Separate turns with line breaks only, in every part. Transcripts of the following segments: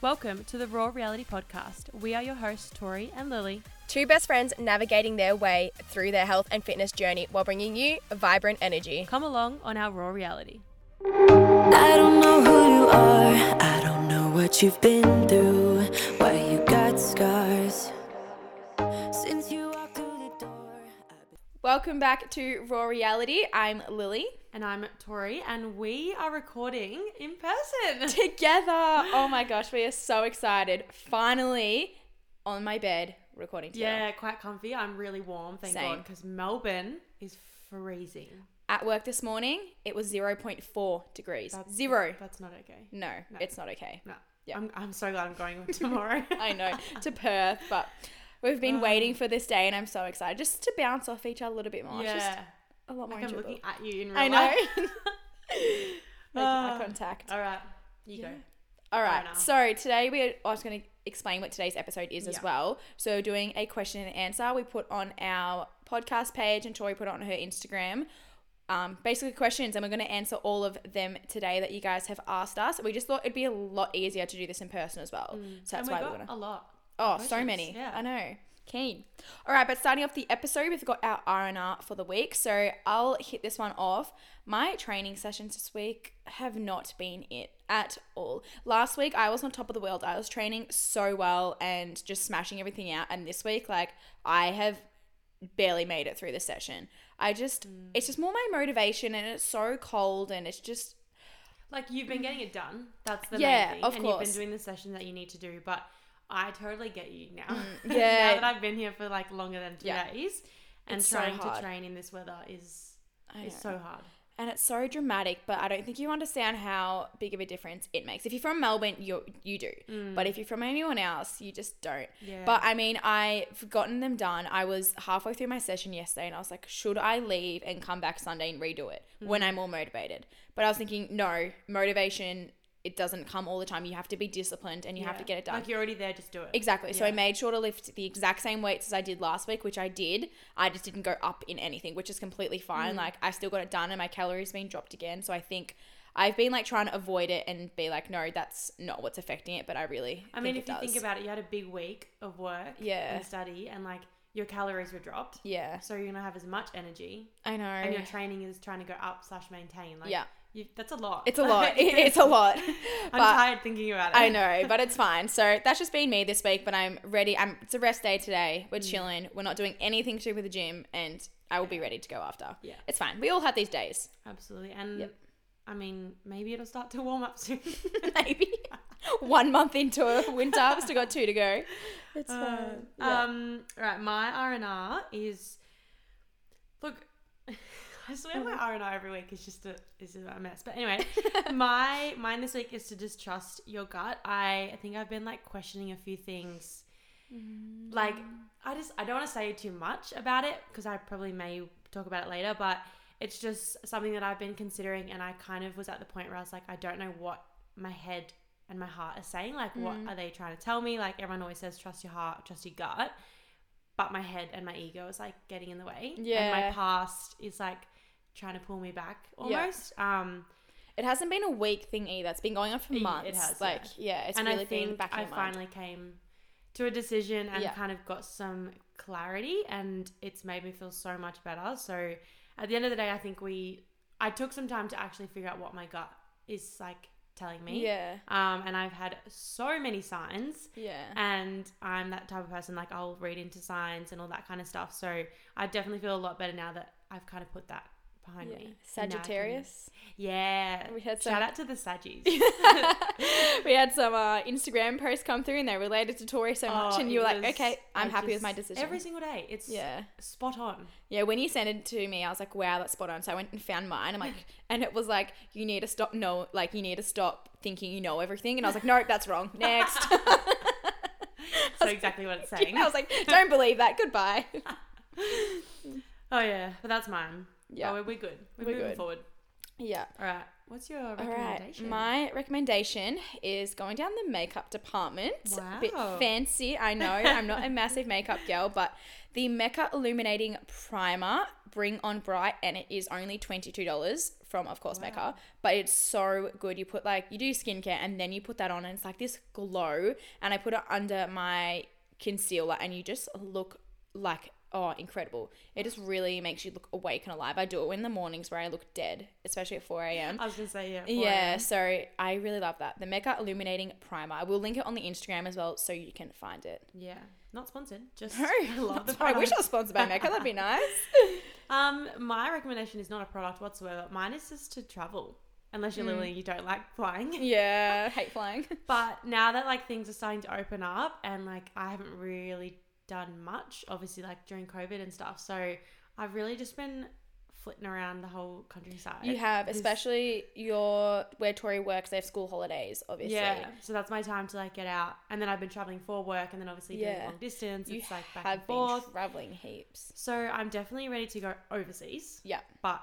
Welcome to the Raw Reality Podcast. We are your hosts, Tori and Lily.
Two best friends navigating their way through their health and fitness journey while bringing you vibrant energy.
Come along on our Raw Reality.
I don't know who you are. I don't know what you've been through. Why you got scars. Since you walked through the door.
Welcome back to Raw Reality. I'm Lily.
And I'm Tori, and we are recording in person.
Together. Oh my gosh, we are so excited. Finally on my bed recording together.
Yeah, quite comfy. I'm really warm, thank
Same.
God, because Melbourne is freezing.
At work this morning, it was 0.4 degrees.
That's-
Zero.
That's not okay.
No, it's not okay.
No.
Yeah.
I'm, I'm so glad I'm going tomorrow.
I know, to Perth, but we've been waiting for this day and I'm so excited just to bounce off each other a little bit more. It's just
yeah.
a lot more
Like I'm
enjoyable.
looking at you in real
I know.
life.
Make eye
Ah.
contact.
All right. You
Yeah.
go.
All right.
Fair
So today we are I was going to explain what today's episode is
Yeah.
as well. So doing a question and answer we put on our podcast page and Tori put it on her Instagram. Um, basically questions and we're going to answer all of them today that you guys have asked us. We just thought it'd be a lot easier to do this in person as well. So
Mm. and
that's
we
why
got
we're going to
a lot.
Oh, so
questions.
many.
Yeah.
I know. Keen. All right, but starting off the episode, we've got our R and R for the week. So I'll hit this one off. My training sessions this week have not been it at all. Last week I was on top of the world. I was training so well and just smashing everything out. And this week, like I have barely made it through the session. I just it's just more my motivation and it's so cold and it's just
Like you've been getting it done. That's the
Yeah,
main thing.
of
and you've
course.
been doing the session that you need to do. But I totally get you now.
Mm, yeah.
now that I've been here for like longer than two
Yeah.
days and
It's so
trying to
hard.
train in this weather is
I
is
know.
so hard.
and it's so dramatic but i don't think you understand how big of a difference it makes if you're from melbourne you you do but if you're from anyone else you just don't
Mm. Yeah.
but i mean i've gotten them done i was halfway through my session yesterday and i was like should i leave and come back sunday and redo it
Mm.
when i'm more motivated but i was thinking no motivation it doesn't come all the time you have to be disciplined and you have
Yeah.
to get it done
Like you're already there, just do it.
Exactly. So I
Yeah.
made sure to lift the exact same weights as I did last week, which I did. I just didn't go up in anything, which is completely
Mm.
fine. Like I still got it done and my calories been dropped again. So I think I've been like trying to avoid it and be like, no, that's not what's affecting it, but I really
I mean,
think
if you
it
think
does.
about it, you had a big week of work
Yeah.
and study, and like your calories were dropped.
Yeah.
So you're gonna have as much energy,
I know.
and your training is trying to go up slash maintain. Like,
Yeah.
you, that's a lot.
It's a lot. it's a lot.
I'm
But-
tired thinking about it.
I know, but it's fine. So that's just been me this week, but I'm ready. I'm, it's a rest day today. We're chilling. We're not doing anything to do with the gym, and I will be ready to go after.
Mm. Yeah.
It's fine. We all have these days.
Absolutely. And
Yep.
I mean, maybe it'll start to warm up soon.
maybe one month into winter. I've still got two to go. Uh, It's
um, um, right, my R and R is look. I swear my R and R every week is just a is a mess. But anyway, my mine this week is to just trust your gut. I, I think I've been like questioning a few things. Like I just I don't want to say too much about it because I probably may talk about it later. But it's just something that I've been considering, and I kind of was at the point where I was like, I don't know what my head and my heart are saying. Like, what
Mm.
are they trying to tell me? Like everyone always says, trust your heart, trust your gut. But my head and my ego is like getting in the way. And my
Yeah.
past is like trying to pull me back
Yeah.
almost. Um
it hasn't been a week thing either. It's been going on for
It- it
months.
has,
like yeah, it's
and
really
I think
been back in
I
your mind.
finally came to a decision and
Yeah.
kind of got some clarity, and it's made me feel so much better. So at the end of the day, I think we I took some time to actually figure out what my gut is like telling me.
Yeah,
Um, and I've had so many signs,
yeah,
and I'm that type of person like I'll read into signs and all that kind of stuff. So I definitely feel a lot better now that I've kind of put that behind
yeah.
me. And now I can-
Sagittarius.
Yeah.
We
Shout
had some-
out to the Saggies.
we had some uh, Instagram posts come through and they related to Tori so much,
Oh,
and you
it
were like,
was-
okay, I'm
I
happy with my
just-
decision.
Every single day, it's
yeah.
spot on.
Yeah, when you sent it to me, I was like, wow, that's spot on. So I went and found mine. I'm like, and it was like, you need to stop, no, like, you need to stop thinking you know everything. And I was like, no, that's wrong. Next.
So exactly what it's saying.
I was like, don't believe that. Goodbye.
oh yeah, but that's mine.
Yeah.
Oh, we're, we're good. We're,
We're
moving
good.
forward.
Yeah.
All right. What's your
All right.
recommendation?
My recommendation is going down the makeup department. A bit
Wow.
fancy, I know. I'm not a massive makeup girl, but the Mecca Illuminating Primer Bring On Bright, and it is only $22 from, of course, Mecca, but it's so good. You put like, you do skincare and then you put that on and it's like this glow. And I put it under my concealer and you just look like, oh, incredible. It just really makes you look awake and alive. I do it in the mornings where I look dead, especially at 4 a.m.
I was gonna say yeah. four
Yeah,
AM.
so I really love that. The Mecca Illuminating Primer. I will link it on the Instagram as well so you can find it.
Yeah. Not sponsored. Just
No,
I love the
I wish I
product.
was sponsored by Mecca. That'd be nice.
Um, my recommendation is not a product whatsoever. Mine is just to travel, unless
Mm.
you're Lily, you don't like flying.
Yeah, hate flying.
But now that like things are starting to open up, and like I haven't really done much, obviously like during COVID and stuff. So I've really just been flitting around the whole countryside.
You have,
This-
especially your where Tori works. They have school holidays, obviously.
Yeah, so that's my time to like get out, and then I've been traveling for work, and then obviously
Yeah.
doing long distance.
you
it's like back
have
and forth.
been traveling heaps.
so I'm definitely ready to go overseas,
Yeah,
but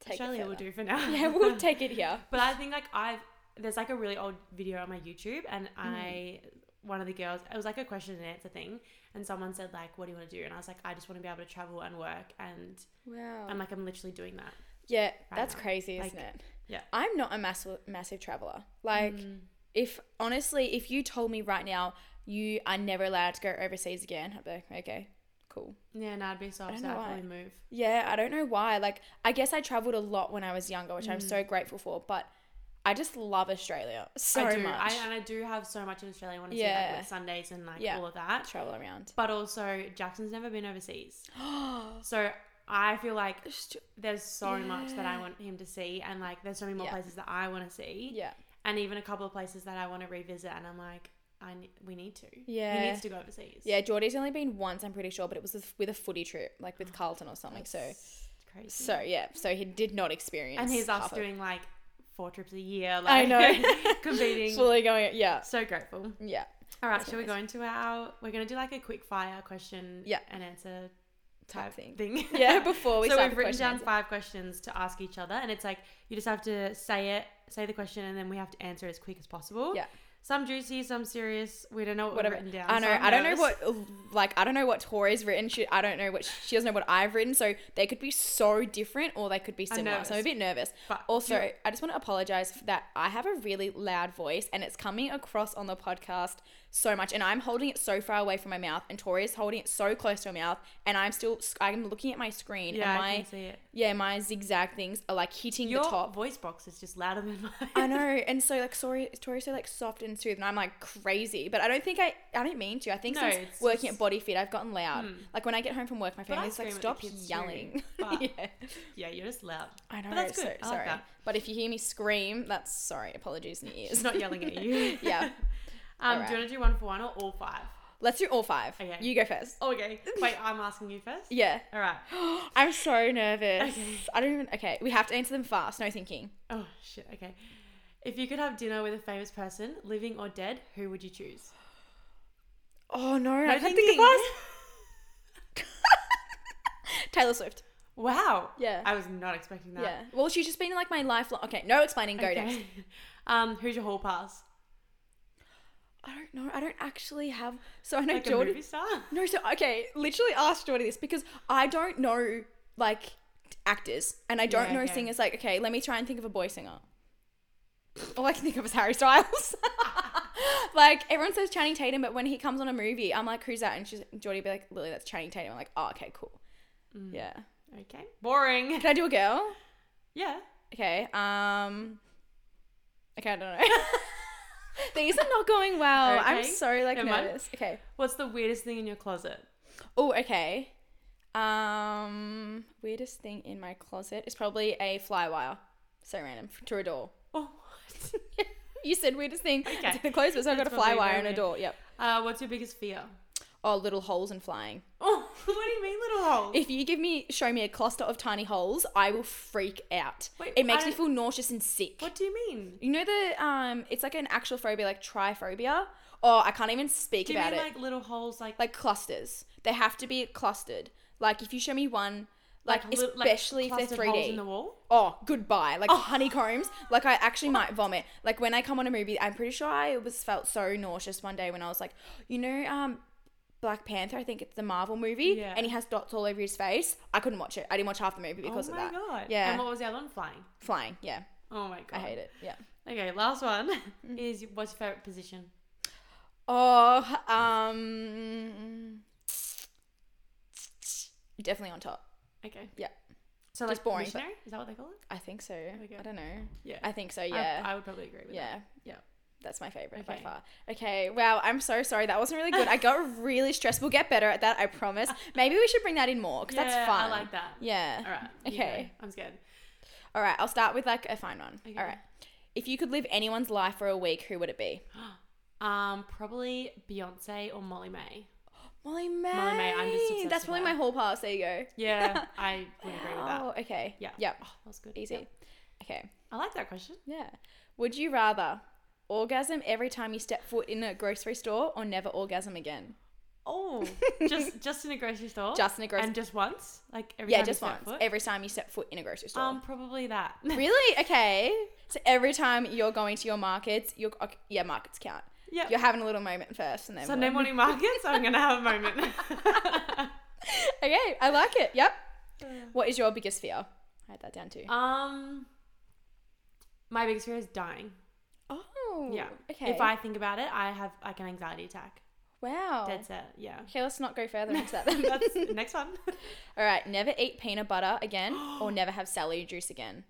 take it
Australia will
further.
do for now.
Yeah, we'll take it here.
But I think like I've there's like a really old video on my YouTube and I one of the girls it was like a question and answer thing and someone said like what do you want to do and I was like I just want to be able to travel and work and
Wow.
I'm like I'm literally doing that.
yeah, that's
now.
crazy,
Like,
isn't it?
yeah. Mm.
I'm not a massive massive traveler. Like, if honestly, if you told me right now you are never allowed to go overseas again, I'd be like, okay, cool.
Yeah, and I'd be so
don't
upset.
know
I'd
why.
probably move.
Yeah, I don't know why. Like, I guess I traveled a lot when I was younger, which I'm
Mm.
so grateful for. But I just love Australia so
I do.
much.
I, and I do have so much in Australia. I want to see
Yeah.
like with Sundays and like
Yeah.
all of that.
travel around.
But also Jackson's never been overseas, so I feel like there's so much that I
Yeah.
want him to see, and like there's so many more
Yeah.
places that I want to see.
yeah,
and even a couple of places that I want to revisit. And I'm like, I ne- we need to.
Yeah.
he needs to go overseas.
yeah. Geordie's only been once, I'm pretty sure, but it was with- with a footy trip, like with Carlton or something. So,
It's crazy.
so yeah, so he did not experience.
and he's us
half of-
doing like four trips a year.
I
Like,
know.
competing.
Slowly going. Yeah,
so grateful.
yeah.
All right,
That's
shall we go
nice.
into our? We're gonna do like a quick fire question
Yeah.
and answer
Type
type
thing.
thing.
Yeah, before we
so we've
start the
written
question
down
answer.
five questions to ask each other, and it's like you just have to say it, say the question, and then we have to answer as quick as possible.
Yeah.
Some juicy, some serious. We don't know what
Whatever.
we've written down.
I know.
so I'm
I don't know
nervous.
what. Like, I don't know what Tori's written. She, I don't know what she doesn't know what I've written. So they could be so different, or they could be similar. So I'm a
nervous.
bit nervous.
But
Also,
do-
I just want to apologize for that I have a really loud voice and it's coming across on the podcast so much. And I'm holding it so far away from my mouth, and Tori is holding it so close to her mouth. And I'm still, I'm looking at my screen.
Yeah,
and
I
my,
can see it.
Yeah, my zigzag things are like hitting
Your
the top.
voice box is just louder than mine.
I know, and so like sorry, Tori's so like soft and smooth, and I'm like crazy. But I don't think I, I don't mean to. I think
No,
since
it's
working
just- Hmm.
at Body Fit, I've gotten loud. Like when I get home from work, my
I
family's like,
scream at
stop
the kids too,
yelling.
but-
yeah,
Yeah, you're just loud.
I know.
But that's
so
good. I like
sorry.
that.
But if you hear me scream, that's sorry. Apologies in your ears.
She's not yelling at you.
yeah.
Um,
Alright.
Do you want to do one for one or all five?
Let's do all five.
Okay.
You go first.
Okay. Wait, I'm asking you first.
Yeah.
All right.
I'm so nervous.
Okay.
I don't even. Okay, we have to answer them fast. No thinking.
Oh shit. Okay. If you could have dinner with a famous person, living or dead, who would you choose?
Oh no, I can't think
thinking.
of fast. Taylor Swift.
Wow.
Yeah.
I was not expecting that.
Yeah. Well, she's just been like my lifelong. Okay, no explaining. Go
Okay.
next.
Um, who's your hall pass?
I don't know. I don't actually have. So I know
Like a
Jordan.
movie star?
No, so okay, literally ask Jordan this because I don't know like actors and I don't
Yeah,
know
okay.
singers. Like, okay, let me try and think of a boy singer. All I can think of is Harry Styles. like everyone says Channing Tatum, but when he comes on a movie, I'm like, who's that? And she's Jordy be like, Lily, that's Channing Tatum. I'm like, oh, okay, cool.
Mm.
Yeah.
Okay. Boring.
Can I do a girl?
Yeah.
Okay. Um. Okay, I don't know. Things are not going well. I'm
Okay,
so like
never mind.
nervous. Okay.
What's the weirdest thing in your closet?
Oh, okay. Um, weirdest thing in my closet is probably a fly wire. So random f- to a door.
Oh, what?
you said weirdest thing.
Okay.
The closest so I got a
That's
fly
probably
wire
very
and a
weird.
door. Yep.
Uh, what's your biggest fear?
Oh, little holes and flying.
Oh, what do you mean, little holes?
If you give me, show me a cluster of tiny holes, I will freak out.
Wait,
it makes
I
me
don't-
feel nauseous and sick.
what do you mean?
You know the um, it's like an actual phobia, like triphobia. Oh, I can't even speak
Do you
about
mean
it.
like little holes, like
like clusters. They have to be clustered. Like if you show me one, like,
li-
especially if they're
clustered
three
holes
D.
in the wall?
oh, goodbye. Like honeycombs. Like I actually might vomit. Like when I come on a movie, I'm pretty sure I was felt so nauseous one day when I was like, you know, um, Black Panther, I think it's the Marvel movie,
Yeah.
and he has dots all over his face. I couldn't watch it. I didn't watch half the movie because
oh
of
my
that.
god.
Yeah.
And what was the other one? Flying.
Flying, yeah.
Oh my god.
I hate it. Mm. Yeah.
Okay, last one is what's your favorite position?
Oh, um, definitely on top.
Okay.
Yeah.
So
Just
like
boring, but-
missionary? Is that what they call it?
I think so.
go.
I don't know.
Yeah.
I think so. Yeah.
I, I would probably agree with
yeah.
Yeah.
That's my favorite by
Okay.
far. Okay. Wow. I'm so sorry. That wasn't really good. I got really stressed. We'll get better at that. I promise. Maybe we should bring that in more
that.
because
Yeah,
that's fun.
I like that.
Yeah.
All right. you go.
Okay.
I'm scared.
All right. I'll start with like a fine one.
Okay.
All right. If you could live anyone's life for a week, who would it be?
Um, probably Beyonce or Molly May.
Molly May.
Molly May, I'm just obsessed
That's
with
probably
her.
my whole pass. There you go.
Yeah, I would agree with that.
Oh, okay.
Yeah.
Yep.
Oh, that was good.
Easy.
Yep.
Okay.
I like that question.
Yeah. Would you rather orgasm every time you step foot in a grocery store or never orgasm again?
Oh, just just in a grocery store.
Just in a grocery
Oh, and just once, like every
Yeah,
time you
just
step
once.
foot?
Every time you step foot in a grocery store.
Um, probably that.
really? Okay. So every time you're going to your markets, your okay, yeah, markets count.
yeah.
You're having a little moment first and then
Sunday
we'll-
morning markets. I'm gonna have a moment.
Okay, I like it. Yep. What is your biggest fear? I had that down too.
um, my biggest fear is dying.
oh.
Yeah.
Okay.
If I think about it, I have like an anxiety attack.
wow.
Dead set. Yeah.
Okay, let's not go further into that. Then.
That's next one.
All right. Never eat peanut butter again, or never have celery juice again. Um,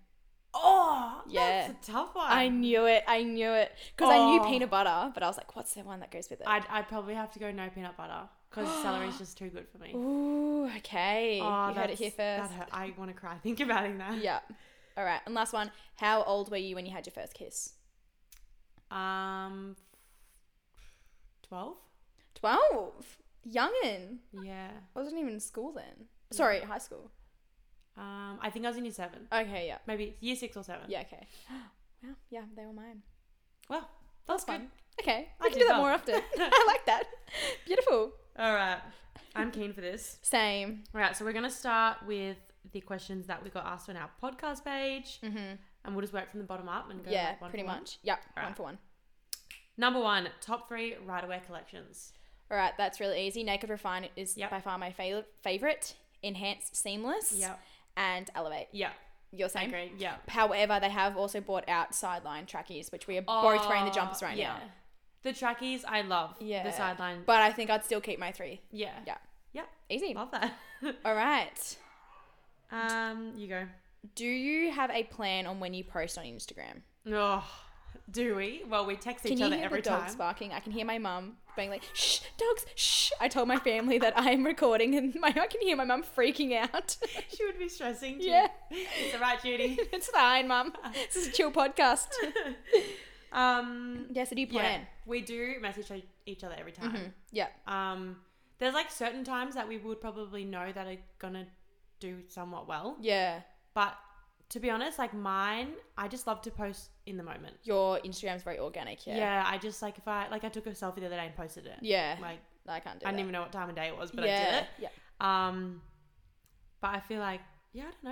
Oh,
Yeah.
That's a tough one.
I knew it. I knew it. Because I knew
Oh.
peanut butter, but I was like, what's the one that goes with it?
I'd, I'd probably have to go no peanut butter because celery's just too good for me.
Ooh, okay.
Oh,
you heard it
that's-
here
that
first.
hurt. I want to cry. Think about it now.
Yeah. All right. And last one. How old were you when you had your first kiss?
Um, twelve.
12. Youngin.
Yeah.
I wasn't even in school then. Sorry, high school.
Um, I think I was in year seven,
Okay, yeah.
maybe year six or seven.
Yeah, okay. Well, yeah, they were mine.
Well, that was fun.
Okay.
I
I
did
can do that
well.
more often. I like that. Beautiful.
All right. I'm keen for this.
Same.
All right. So we're gonna start with the questions that we got asked on our podcast page,
Mm-hmm.
and we'll just work from the bottom up and go.
Yeah,
like, one
pretty
for one.
much. Yep,
All
one
right.
for one.
Number one, top three right away collections.
All right, that's really easy. Naked Refine is
Yep.
by far my fa- favorite. Enhance Seamless
Yeah.
and Elevate.
Yeah.
You're saying?
Great. Yeah.
However, they have also bought out sideline trackies, which we are both wearing the jumpers right
yeah.
now.
The trackies, I love.
Yeah.
The sideline.
But I think I'd still keep my three.
yeah.
Yeah.
Yeah.
Easy.
Love that.
All right.
um, you go.
Do you have a plan on when you post on Instagram?
Oh, do we? Well, we text
Can
each
you
other
hear
every
the dogs
time.
barking? I can hear my mum being like, shh, dogs, shh. I told my family that I'm recording and my, I can hear my mum freaking out.
She would be stressing too.
Yeah.
It's all right, Judy.
it's fine, mum. This is a chill podcast.
Um,
Yes, I do
yeah,
plan.
we do message e- each other every time.
Yeah.
Um, there's like certain times that we would probably know that are gonna do somewhat well,
Yeah.
but to be honest, like mine, I just love to post in the moment.
Your Instagram's very organic.
Yeah,
Yeah. Yeah.
I just like if I like I took a selfie the other day and posted it. Like
I can't do
I
that.
didn't even know what time of day it was, but
yeah.
I did it.
Yeah.
Um, but I feel like yeah, I don't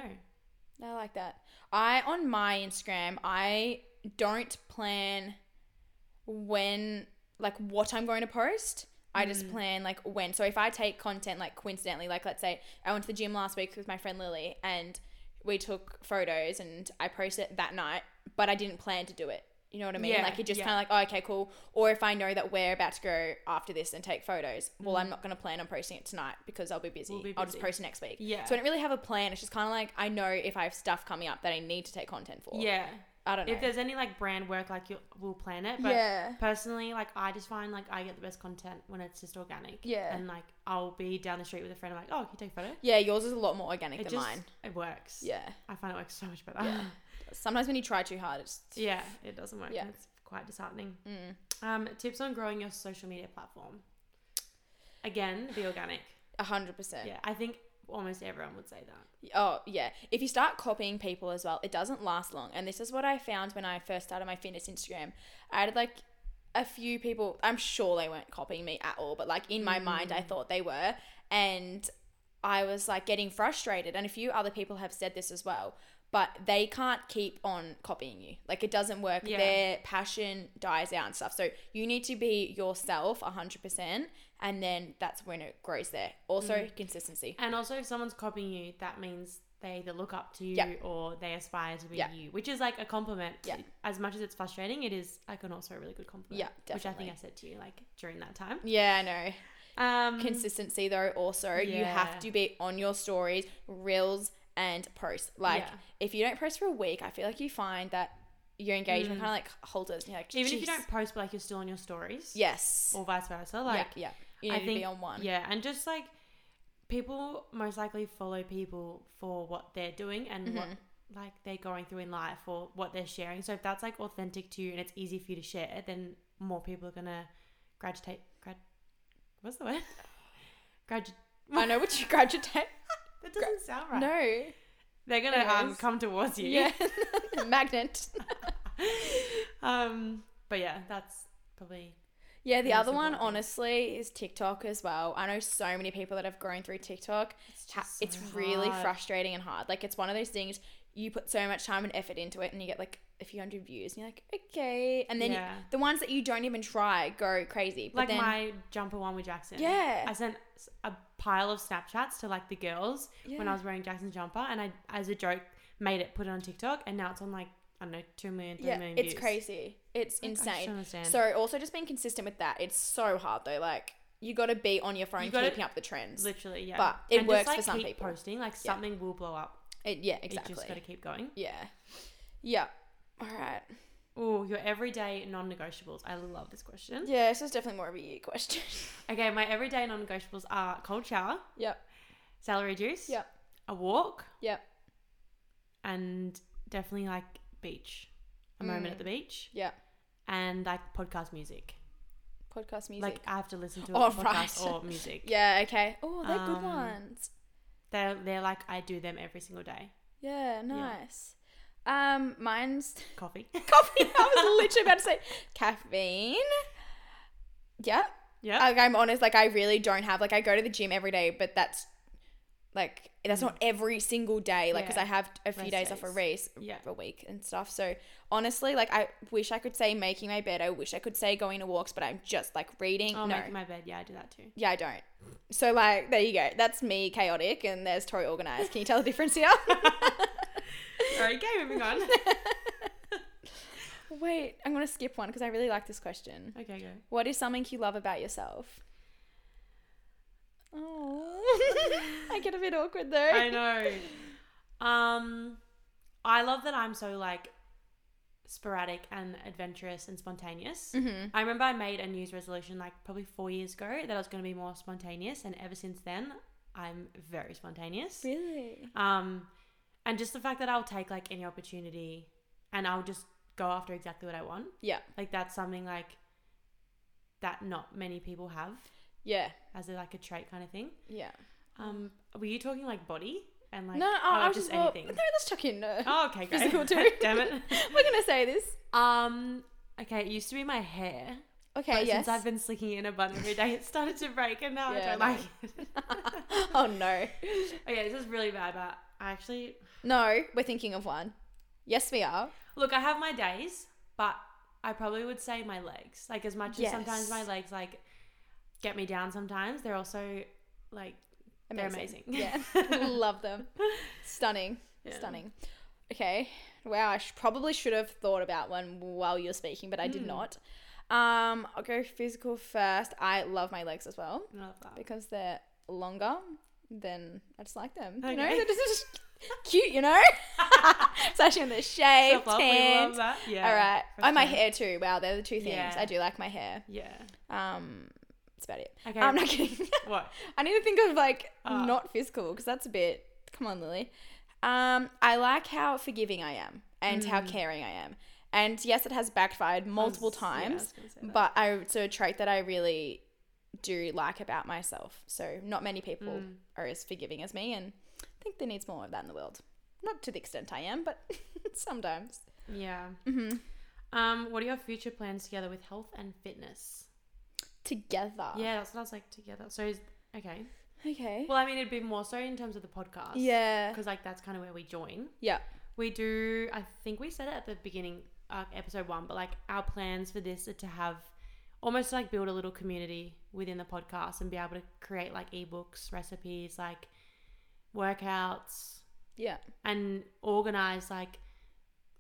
know.
I like that. I on my Instagram, I don't plan when like what I'm going to post. I
Mm.
just plan like when. So if I take content like coincidentally, like let's say I went to the gym last week with my friend Lily and we took photos and I posted it that night, but I didn't plan to do it. You know what I mean?
Yeah,
like it just
yeah.
kind of like, oh, okay, cool. Or if I know that we're about to go after this and take photos, well, I'm not going to plan on posting it tonight because I'll be busy.
Mm. We'll be
I'll just
busy.
post next week.
Yeah.
So I don't really have a plan. It's just kind of like I know if I have stuff coming up that I need to take content for.
Yeah.
I don't know.
If there's any like brand work, like you will plan it. But
Yeah.
personally, like I just find like I get the best content when it's just organic.
Yeah.
And like I'll be down the street with a friend. I'm like, oh, can you take a photo?
yeah, yours is a lot more organic
It
than
just
mine.
it works.
Yeah.
I find it works so much better.
Yeah. Sometimes when you try too hard, it's
Yeah, it doesn't work.
Yeah.
It's quite disheartening.
Mm.
Um, tips on growing your social media platform. Again, be organic.
a hundred percent.
Yeah, I think almost everyone would say that.
Oh yeah. If you start copying people as well, it doesn't last long. And this is what I found when I first started my fitness Instagram. I had like a few people. I'm sure they weren't copying me at all, but like in my mind,
Mm.
I thought they were, and I was like getting frustrated. And a few other people have said this as well. but they can't keep on copying you. Like it doesn't work.
Yeah.
Their passion dies out and stuff. So you need to be yourself 100%, and then that's when it grows there. Also, consistency.
Mm. And also, if someone's copying you, that means they either look up to you
Yeah.
or they aspire to be
Yeah.
you, which is like a compliment.
Yeah.
As much as it's frustrating, it is like an also a really good compliment.
Yeah,
Which I think
definitely.
I said to you like during that time.
Yeah, I know.
Um,
consistency though also you have
Yeah.
to be on your stories reels and posts like
Yeah.
if you don't post for a week i feel like you find that your engagement kind of like holders and you're like
Mm. even if you
"Jeez."
don't post, but like you're still on your stories.
yes
Or vice versa. Like
yeah, yeah you need
I
to
think
be on one
Yeah, and just like people most likely follow people for what they're doing and what
Mm-hmm.
like they're going through in life or what they're sharing. So if that's like authentic to you and it's easy for you to share, then more people are gonna gravitate. Grad, what's the word? Gradu-
i know what you graduate
that doesn't sound right.
no
they're gonna
it
um,
is.
come towards you.
yeah magnet
Um. But yeah, that's probably
yeah the
Most
other one
important thing.
honestly is tiktok as well i know so many people that have grown through tiktok
it's,
ha-
just
it's
so
really
hard.
frustrating and hard. Like it's one of those things you put so much time and effort into it, and you get like a few hundred views, and you're like, okay. And then you-
Yeah.
the ones that you don't even try go crazy. But
like
then,
my jumper one with Jackson.
Yeah.
I sent s- a pile of Snapchats to like the girls when
Yeah.
I was wearing Jackson's jumper, and I, as a joke, made it, put it on TikTok, and now it's on like I don't know, two million, three
yeah,
million
it's
views.
crazy. It's
Like, I just don't
insane.
understand.
So also just being consistent with that. It's so hard though. Like you got to be on your phone,
You gotta-
keeping up the trends.
Literally, yeah.
But it
And
works
just, like,
for some
keep
people.
Posting like
Yeah.
something will blow up.
It- yeah,
You
exactly.
just gotta keep going.
Yeah, yeah. All right.
Oh, your everyday non-negotiables. I love this question.
Yeah, this is definitely more of a you question.
Okay, my everyday non-negotiables are cold shower,
yep.
celery juice,
Yep.
a walk,
Yep.
and definitely like beach, a moment
Mm.
at the beach,
Yep.
and like podcast music.
Podcast music.
Like I have to listen to a
Oh,
podcast
right.
or music.
yeah. Okay. Oh, they're good
Um,
ones.
They're they're like I do them every single day.
Yeah, nice. Um, mine's
Coffee.
coffee. I was literally about to say caffeine. Yeah,
yeah.
like I'm honest. Like I really don't have. Like I go to the gym every day, but that's like that's not every single day. Like because
Mm. Yeah.
I have a few
Rest
days off a
days.
race
Yeah.
a week and stuff. So honestly, like I wish I could say making my bed. I wish I could say going to walks, but I'm just like reading.
Oh,
no,
making my bed. Yeah, I do that too.
yeah, I don't. So like there you go. That's me chaotic, and there's Tori organized. Can you tell the difference here?
okay, moving on.
Wait, I'm going to skip one because I really like this question.
Okay, go.
What is something you love about yourself? Oh, I get a bit awkward though.
I know. Um, I love that I'm so like sporadic and adventurous and spontaneous.
Mhm.
I remember I made a news resolution like probably four years ago that I was going to be more spontaneous, and ever since then, I'm very spontaneous.
Really?
Um, and just the fact that I'll take like any opportunity and I'll just go after exactly what I want.
Yeah.
Like that's something like that not many people have
Yeah.
as a, like a trait kind of thing.
Yeah.
Um, were you talking like body and like
no, no,
or
I was just, well, No, let's chuck in. No.
Oh, okay, great.
Physical too.
Damn it.
We're going to say this.
Um, okay, it used to be my hair.
Okay,
but
yes.
Since I've been slicking it in a bun every day, it started to break, and now
Yeah,
I don't
no.
like it.
oh, no.
Okay, this is really bad, but I actually
No, we're thinking of one. Yes, we are.
Look, I have my days, but I probably would say my legs. Like as much as sometimes
Yes.
my legs like get me down sometimes, they're also like They're
Yeah.
amazing.
Love them. Stunning.
Yeah.
Stunning. Okay. Wow, I sh- probably should have thought about one while you're speaking, but I
Hmm.
did not. Um, I'll go physical first. I love my legs as well
I love that.
because they're longer than I just like them. You know,
Okay.
they're just, just cute, you know? Especially when they're shaved,
Self-love, we love
tanned.
that. Yeah.
All right.
for
Oh, my
sure.
hair too. Wow, they're the two things.
Yeah.
I do like my hair.
Yeah.
Um, that's about it.
Okay.
I'm not kidding.
what?
I need to think of like
Ah.
not physical because that's a bit. Come on, Lily. Um, I like how forgiving I am and how caring I am. And yes, it has backfired multiple
Mm. I was- yeah, I was
times,
gonna say that.
but I it's a trait that I really do like about myself. So not many people
Mm.
are as forgiving as me, and I think there needs more of that in the world. Not to the extent I am, but sometimes. Mm-hmm.
Yeah. Um, what are your future plans together with health and fitness?
Together.
Yeah, that's what I was like together. So is okay.
Okay.
Well, I mean, it'd be more so in terms of the podcast.
yeah.
Because like that's kind of where we join.
Yeah.
we do. I think we said it at the beginning, uh, episode one, but like our plans for this are to have almost like build a little community within the podcast and be able to create like ebooks, recipes, like workouts,
Yeah.
and organize like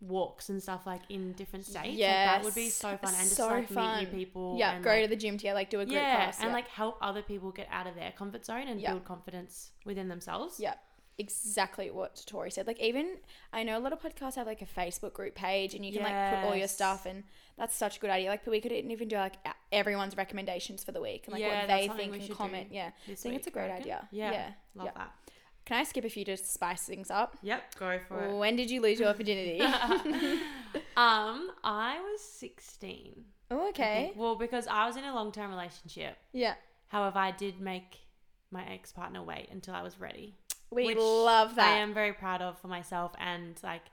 walks and stuff like in different states. like, that would be
Yes.
so fun. And just
So
like
fun.
meet new people.
yeah.
and,
go
like,
to the gym together, like do a group
yeah,
class.
and
yeah.
like help other people get out of their comfort zone and
Yeah.
build confidence within themselves.
Yeah, exactly what Tori said. Like even I know a lot of podcasts have like a Facebook group page, and you can like put all your
Yes.
stuff, and that's such a good idea. Like we could even do like a- everyone's recommendations for the week, and like
Yeah,
what
that's
they
something
think
we
and
should
comment.
do
Yeah, I
this
think it's a
week, I
great
reckon.
idea.
Yeah,
yeah,
love
yeah.
that.
Can I skip a few to spice things up?
Yep, go for it.
When did you lose your virginity?
um, I was sixteen.
oh,
I
okay.
think. Well, because I was in a long term relationship.
Yeah,
However, I did make my ex partner wait until I was ready.
we
which
love that.
I am very proud of for myself and like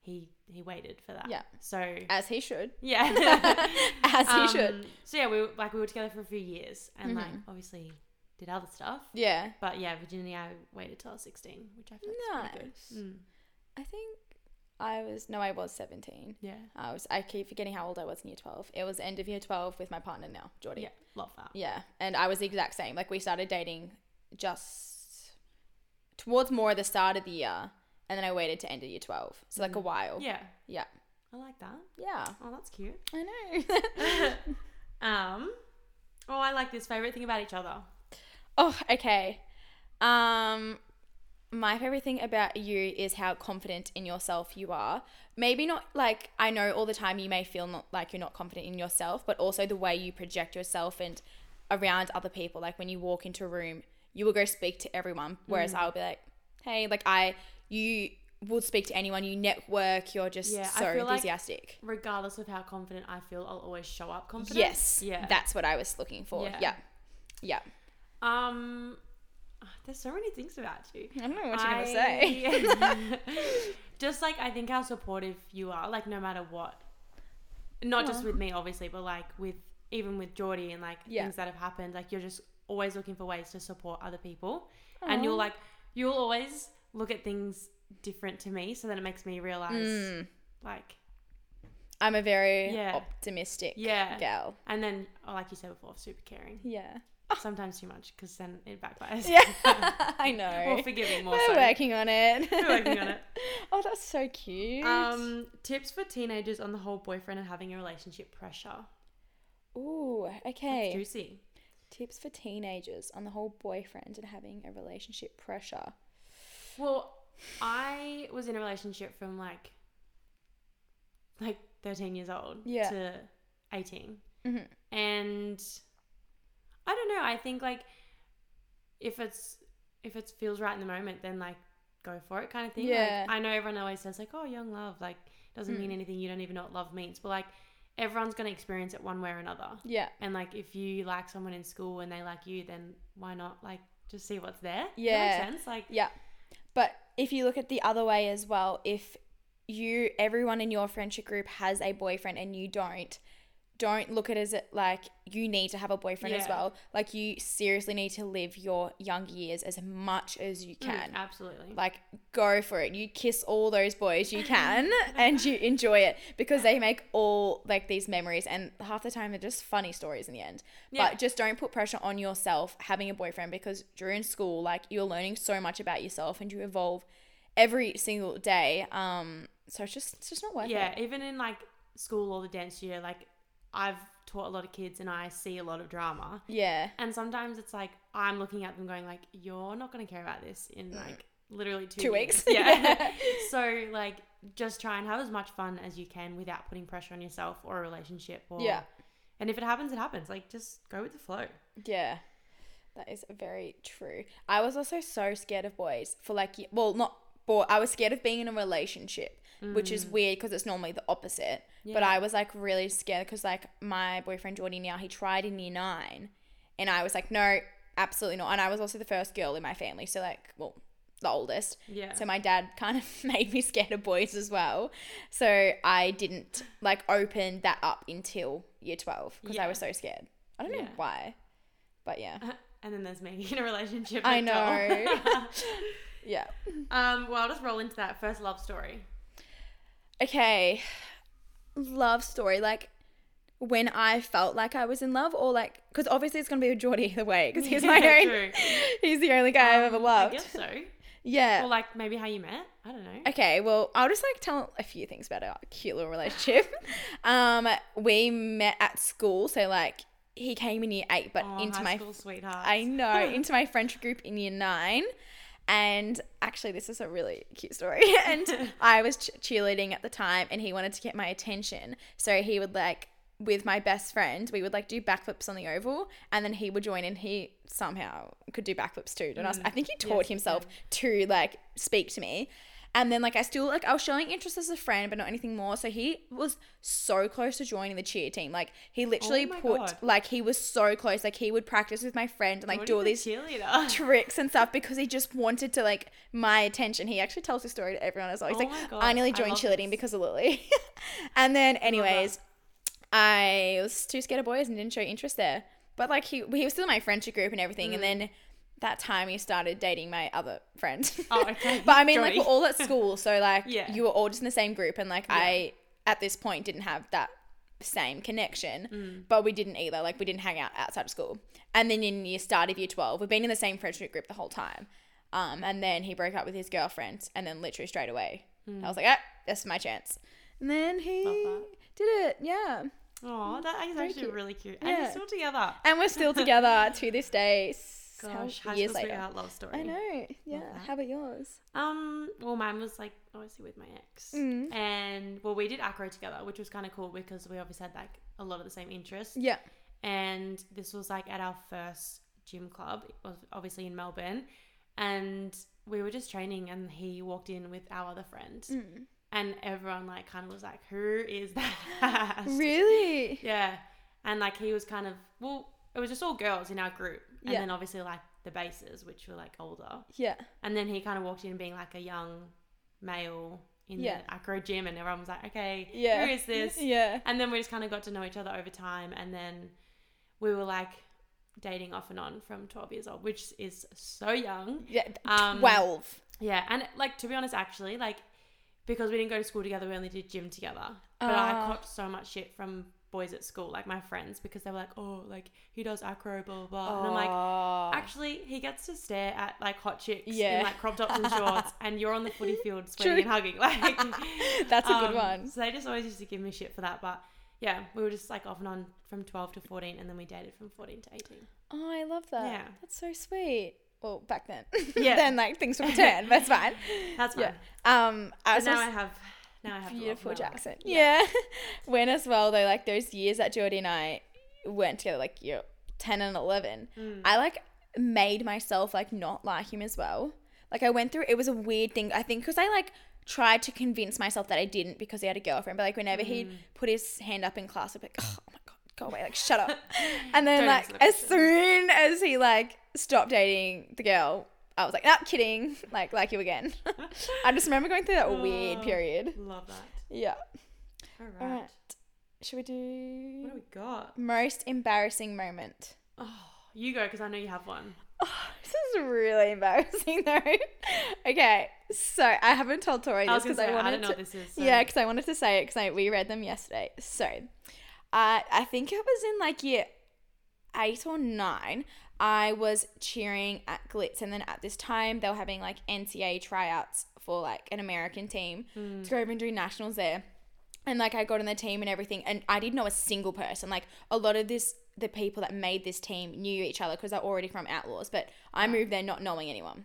he he waited for that.
Yeah.
So
As he should.
yeah.
As he should. Mm-hmm.
Um, So yeah, we were, like we were together for a few years and like obviously did other stuff.
Yeah.
But yeah, virginity I waited till I was sixteen, which I feel like is pretty
Nice.
good. Mm.
I think I was no, I was seventeen.
Yeah.
I was I keep forgetting how old I was in year twelve. It was end of year twelve with my partner now, Geordie.
Yeah. Love that.
Yeah. And I was the exact same. Like we started dating just towards more the start of the year and then I waited to end of year twelve. So like a while.
Yeah.
Mm. Yeah.
I like that.
Yeah.
Oh, that's cute.
I know.
Um Oh, I like this favorite thing about each other.
oh, okay. Um my favorite thing about you is how confident in yourself you are. Maybe not like I know all the time you may feel not like you're not confident in yourself, but also the way you project yourself and around other people. Like when you walk into a room, you will go speak to everyone,
Mm.
whereas I will be like, "Hey, like I you would speak to anyone. You network. You're just
Yeah, I
so
feel like-
enthusiastic."
Regardless of how confident I feel, I'll always show up confident.
yes,
Yeah.
that's what I was looking for.
Yeah.
Yeah, yeah.
Um, there's so many things about you.
I don't know what you're gonna say.
say. just like I think how supportive you are, like no matter what. Not just with me, obviously, but like with even with Geordie and like
Yeah.
things that have happened. Like you're just always looking for ways to support other people, and you'll like you'll always look at things different to me, so then it makes me realize
Mm.
like
I'm a very
Yeah.
optimistic
Yeah.
gal.
and then oh, like you said before, super caring.
Yeah,
Sometimes too much because then it backfires.
yeah. I know.
Or forgiving more
We're
so.
working on it.
We're working on it.
oh, that's so cute.
Um, tips for teenagers on the whole boyfriend and having a relationship pressure.
Ooh,
That's
okay.
juicy.
Tips for teenagers on the whole boyfriend and having a relationship pressure.
Well, I was in a relationship from like like 13 years old
Yeah.
to 18.
Mhm.
And I don't know, I think like if it's if it feels right in the moment then like go for it kind of thing. Like,
Yeah. Mm.
I know everyone always says like oh young love like doesn't mean anything you don't even know what love means but like everyone's going to experience it one way or another.
Yeah.
And like, if you like someone in school and they like you, then why not like just see what's there? Does
Yeah.
that make sense. Like,
Yeah. But if you look at the other way as well, if you everyone in your friendship group has a boyfriend and you don't, don't look at it as it like you need to have a boyfriend as
Yeah.
well. Like you seriously need to live your young years as much as you
mm,
can.
absolutely.
Like go for it. You kiss all those boys you can and you enjoy it because they make all like these memories and half the time they're just funny stories in the end.
Yeah.
But just don't put pressure on yourself having a boyfriend because during school like you're learning so much about yourself and you evolve every single day. Um so it's just it's just not worth
yeah.
it.
Even in like school or the dance year, like I've taught a lot of kids and I see a lot of drama.
Yeah.
And sometimes it's like I'm looking at them going like, you're not going to care about this in like literally two,
Mm. Two
years."
weeks.
Yeah. so like, just try and have as much fun as you can without putting pressure on yourself or a relationship. Or,
Yeah.
And if it happens, it happens. Like, just go with the flow.
Yeah. That is very true. I was also so scared of boys for like, ye- well, not boy. I was scared of being in a relationship, which is weird because it's normally the opposite. But
Yeah.
I was like really scared because like my boyfriend Jordy now he tried in year nine, and I was like, no, absolutely not. And I was also the first girl in my family, so like, well, the oldest.
Yeah.
So my dad kind of made me scared of boys as well. So I didn't like open that up until year twelve because I
Yeah.
was so scared. I don't know
Yeah.
why, but yeah.
And then there's me in a relationship.
I
with Joel.
know. yeah.
um, well, I'll just roll into that first love story.
Okay. Love story. Like when I felt like I was in love, or like, because obviously it's going to be with Geordie either way, because he's my
Yeah,
own.
true. Um,
He's the only guy I've ever
I
loved.
guess so.
Yeah.
Or like maybe how you met. I don't know.
Okay, well, I'll just like tell a few things about our cute little relationship. um, we met at school, so like he came in year eight, but
Oh,
into
high
my
school sweetheart.
I know into my French group in year nine, and actually this is a really cute story. and I was ch- cheerleading at the time, and he wanted to get my attention, so he would like with my best friend we would like do backflips on the oval and then he would join and he somehow could do backflips too and I, was-
Mm.
I think he taught himself to like speak to me and then like I still like I was showing interest as a friend, but not anything more. So he was so close to joining the cheer team. Like he literally
Oh my
put
God.
like he was so close. Like he would practice with my friend and like
What
do all
is a
these
cheerleader.
tricks and stuff because he just wanted to like my attention. He actually tells this story to everyone as well. He's
Oh my
like,
God,
I
I
nearly joined
love
cheerleading
this.
because of Lily. and then anyways, I was too scared of boys and didn't show interest there. But like he he was still in my friendship group and everything. And
Mm.
then that time he started dating my other friend.
Oh, okay.
but I mean, like we're
Joey.
all at school, so like
Yeah.
you were all just in the same group, and like I at this point didn't have that same connection,
Mm.
but we didn't either. Like we didn't hang out outside of school. And then in year start of year twelve, we've been in the same friendship group the whole time. Um, and then he broke up with his girlfriend, and then literally straight away, I was like, ah, that's my chance. And then he
Mm. that.
did it, yeah.
Oh, that is actually
cute.
really cute. And
Yeah.
you're still together.
And we're still together to this day. s- how-
Gosh, high
years
school
later.
sweetheart love story.
I know. Yeah.
that.
How about yours?
Um, well, mine was like obviously with my ex,
Mm.
and well, we did acro together, which was kind of cool because we obviously had like a lot of the same interests.
Yeah.
And this was like at our first gym club, it was obviously in Melbourne, and we were just training, and he walked in with our other friend,
Mm.
and everyone like kind of was like, "Who is that?"
Really?
Yeah. And like he was kind of well, it was just all girls in our group. And
Yeah.
then obviously like the bases, which were like older.
Yeah.
And then he kind of walked in being like a young male in
Yeah.
the acro gym and everyone was like, Okay,
Yeah.
who is this?
Yeah.
And then we just kinda got to know each other over time and then we were like dating off and on from twelve years old, which is so young.
Yeah.
Um,
12.
Yeah, and like to be honest, actually, like because we didn't go to school together, we only did gym together. But
Ah.
I caught so much shit from boys at school, like my friends, because they were like, "Oh, like he does acro, blah blah." blah. And I'm like, actually, he gets to stare at like hot chicks
Ah. Yeah.
in like crop tops and shorts, and you're on the footy field
True.
sweating and hugging. Like
that's a good
um,
one.
So they just always used to give me shit for that, but. Yeah, we were just like off and on from 12 to 14, and then we dated from 14 to 18.
Oh, I love that.
Yeah.
That's so sweet. Well, back then.
Yeah.
then like things will turn. That's fine.
That's fine.
Yeah. Um, I
But
was
now
also
I have, now I have the love of
beautiful
my life.
Jackson. Yeah. when as well though, like those years that Geordie and I went together, like you're ten and eleven,
Mm.
I like made myself like not like him as well. Like I went through it was a weird thing. I think because I like tried to convince myself that I didn't because he had a girlfriend, but like whenever he'd
Mm.
put his hand up in class, I'd be like, oh my god, go away, like shut up. and then
Don't
like
answer the
as soon as he like stopped dating the girl. I was like, nah, kidding. Like, like you again. I just remember going through that weird
Oh.
period.
Love that.
Yeah.
All right.
All right. Should we
What do
do
we got?
most embarrassing moment?
Oh, you go because I know you have one.
This is really embarrassing though. okay, so I haven't told Tori
I
this
was gonna
because
say,
I
I,
wanted
don't know
to.
what this is. um, so-
Yeah, because I wanted to say it because I we read them yesterday. So, uh, I think it was in like year eight or nine. I was cheering at Glitz, and then at this time they were having like NCA tryouts for like an American team to go over and do nationals there. And like I got on the team and everything, and I didn't know a single person. Like a lot of this, the people that made this team knew each other because they're already from Outlaws, but I moved there not knowing anyone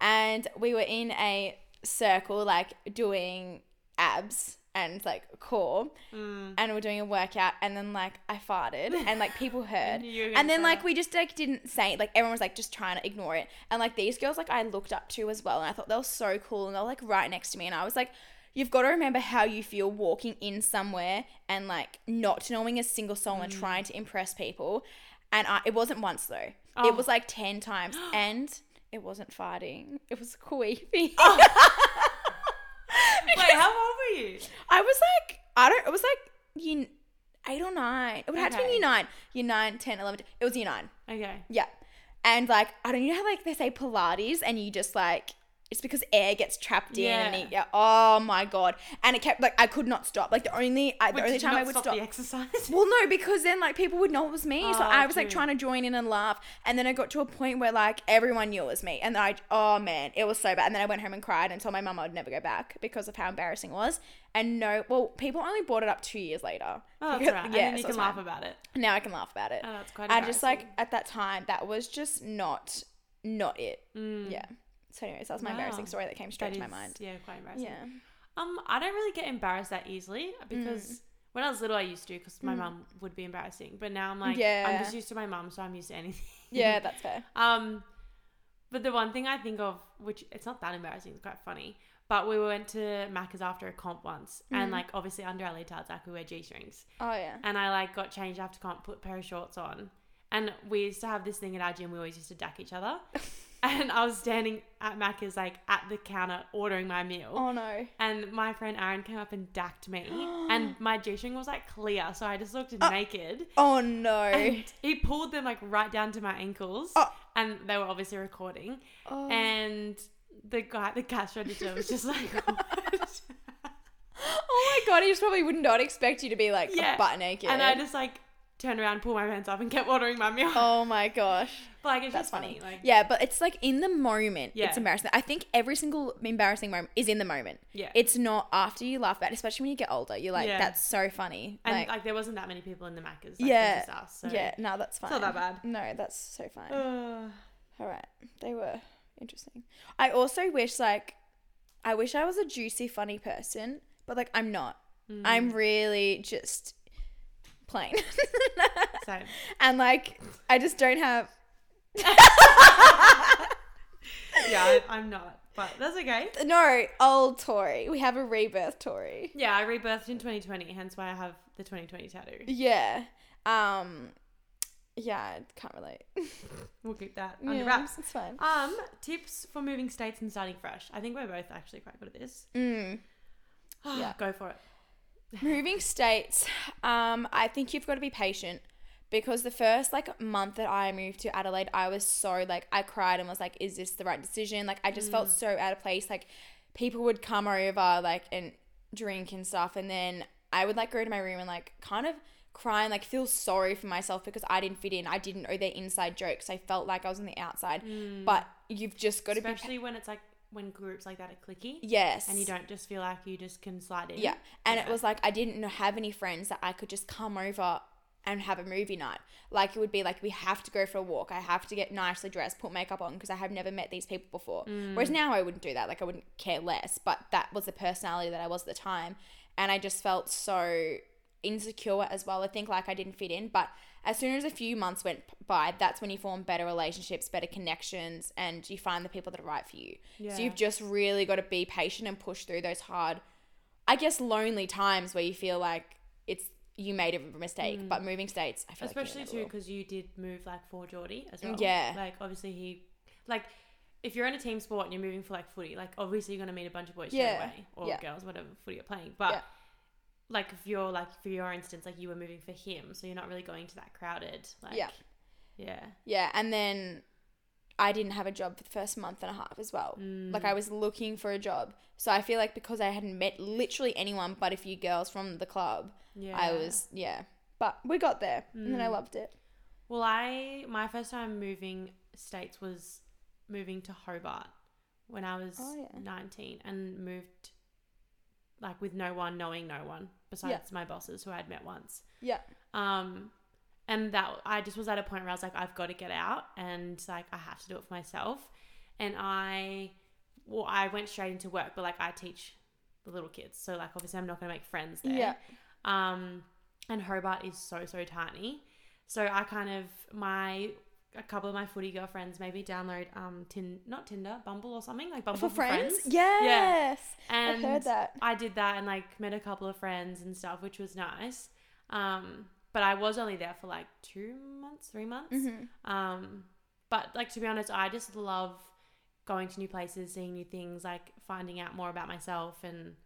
and we were in a circle like doing abs and like core
Mm.
and we are doing a workout and then like i farted and like people heard
knew you were gonna
and then
say
like
that.
we just like didn't say it. like everyone was like just trying to ignore it and like these girls like i looked up to as well and i thought they were so cool and they were like right next to me and i was like you've got to remember how you feel walking in somewhere and like not knowing a single soul and trying
Mm.
to impress people and I, it wasn't once though
Oh.
it was like 10 times and it wasn't farting it was queefing
Oh, Wait, how old were you?
I was like, I don't, it was like year eight or nine. It would have to be
Okay.
year nine. Year nine, 10, 11. It was year nine.
Okay.
Yeah. And like, I don't know how like they say Pilates and you just like it's because air gets trapped in and
Yeah.
it, yeah, oh my god. And it kept like I could not stop. Like the only I, the
Wait,
only
did you
time
not
I would
stop
stop
the exercise.
well, no, because then like people would know it was me, so
Oh,
I was like
true.
trying to join in and laugh, and then I got to a point where like everyone knew it was me, and I oh man, it was so bad. And then I went home and cried and told my mum I would never go back because of how embarrassing it was. And no, well, people only brought it up two years
Oh,
later.
that's
Because-
right. and
yeah,
then you
so
can
it's
laugh
fine.
about it.
Now I can laugh about it.
Oh, that's quite.
and just like
embarrassing.
at that time, that was just not not it.
Mm,
Yeah. So, anyways, that was my
Wow.
embarrassing story that came
that
straight to my
is-
mind.
Yeah, quite embarrassing.
Yeah.
Um, I don't really get embarrassed that easily because when I was little, I used to because my mum would be embarrassing. But now I'm like, I'm
Yeah.
just used to my mum, so I'm used to anything.
Yeah, that's fair.
Um, but the one thing I think of, which it's not that embarrassing, it's quite funny. But we went to Macca's after a comp once, and like obviously under our leotards, like we wear g strings,
Oh yeah.
and I like got changed after comp, put a pair of shorts on, and we used to have this thing at our gym. We always used to dack each other, and I was standing at Macca's like at the counter ordering my meal.
Oh no.
And my friend Aaron came up and dacked me, and my g string was like clear, so I just looked naked.
Oh no.
And he pulled them like right down to my ankles,
Oh.
and they were obviously recording.
Oh.
And the guy, the cash register, was just like, "What?"
Oh my god, he just probably would not expect you to be like
Yeah.
butt naked.
and I just like turned around, pulled my pants up, and kept ordering my meal.
Oh my gosh.
But, like it's
That's
just funny.
funny.
Like
yeah, but it's like in the moment,
Yeah.
it's embarrassing. I think every single embarrassing moment is in the moment.
Yeah.
It's not after you laugh about it, especially when you get older. You're like,
Yeah.
that's so funny.
and like,
like,
there wasn't that many people in the Macca's. Like,
yeah.
yeah, just us, so.
Yeah, no, that's fine.
not that bad.
No, that's so fine.
Ugh.
All right. They were interesting. I also wish like I wish I was a juicy funny person, but like I'm not. I'm
Mm.
really just plain.
Same.
and like I just don't have
yeah, I, I'm not, but that's okay.
no old Tory. We have a rebirth Tory.
Yeah, I rebirthed in 2020, hence why I have the 2020 tattoo.
Yeah. Um yeah, I can't relate.
We'll keep that
Yeah,
under wraps.
It's fine.
Um, tips for moving states and starting fresh. I think we're both actually quite good at this.
Mm.
yeah, go for it.
Moving states, um, I think you've got to be patient because the first like month that I moved to Adelaide, I was so like I cried and was like, is this the right decision? Like I just
Mm.
felt so out of place. Like people would come over like and drink and stuff, and then I would like go to my room and like kind of cry and like feel sorry for myself because I didn't fit in. I didn't know their inside jokes. I felt like I was on the outside. But you've just got to be
Mm. Especially when it's like when groups like that are clicky,
yes,
and you don't just feel like you just can slide in.
Yeah. And it
Yeah.
was like I didn't know- have any friends that I could just come over and have a movie night. Like it would be like we have to go for a walk. I have to get nicely dressed, put makeup on because I have never met these people before. Whereas now I wouldn't do that. Like I wouldn't care less, but that was the personality that I was at the time and I just felt so insecure as well. I think like I didn't fit in, but as soon as a few months went by, that's when you form better relationships, better connections, and you find the people that are right for you.
Yeah.
So you've just really got to be patient and push through those hard I guess lonely times where you feel like it's you made a mistake, but moving states, I feel
Mm. Especially
like you
too
never will.
because you did move like for Geordie as well.
Yeah.
Like obviously he, like if you're in a team sport and you're moving for like footy, like obviously you're gonna meet a bunch of boys
Yeah.
straight away or
Yeah.
girls, whatever footy you're playing. But
Yeah.
like if you're like for your instance, like you were moving for him, so you're not really going to that crowded. Like,
Yeah.
Yeah.
yeah, and then I didn't have a job for the first month and a half as well. Like I
Mm.
was looking for a job, so I feel like because I hadn't met literally anyone but a few girls from the club,
Yeah. Mm.
I was yeah. But we got there, and then I loved it.
Well, I my first time moving states was moving to Hobart when I was
Oh, yeah.
19 and moved like with no one knowing no one besides my bosses who I'd met once.
Yeah,
Um and that I just was at a point where I was like I've got to get out and like I have to do it for myself. And I well I went straight into work, but like I teach the little kids. So like obviously I'm not going to make friends there.
yeah,
Um, and Hobart is so so tiny, so I kind of my a couple of my footy girlfriends maybe download um tin not Tinder Bumble or something like Bumble
for friends.
Yeah,
Yes,
and
I've heard that.
I did that and like met a couple of friends and stuff, which was nice. Um, but I was only there for like two months, three months.
Mm-hmm.
Um, but like to be honest, I just love going to new places, seeing new things, like finding out more about myself and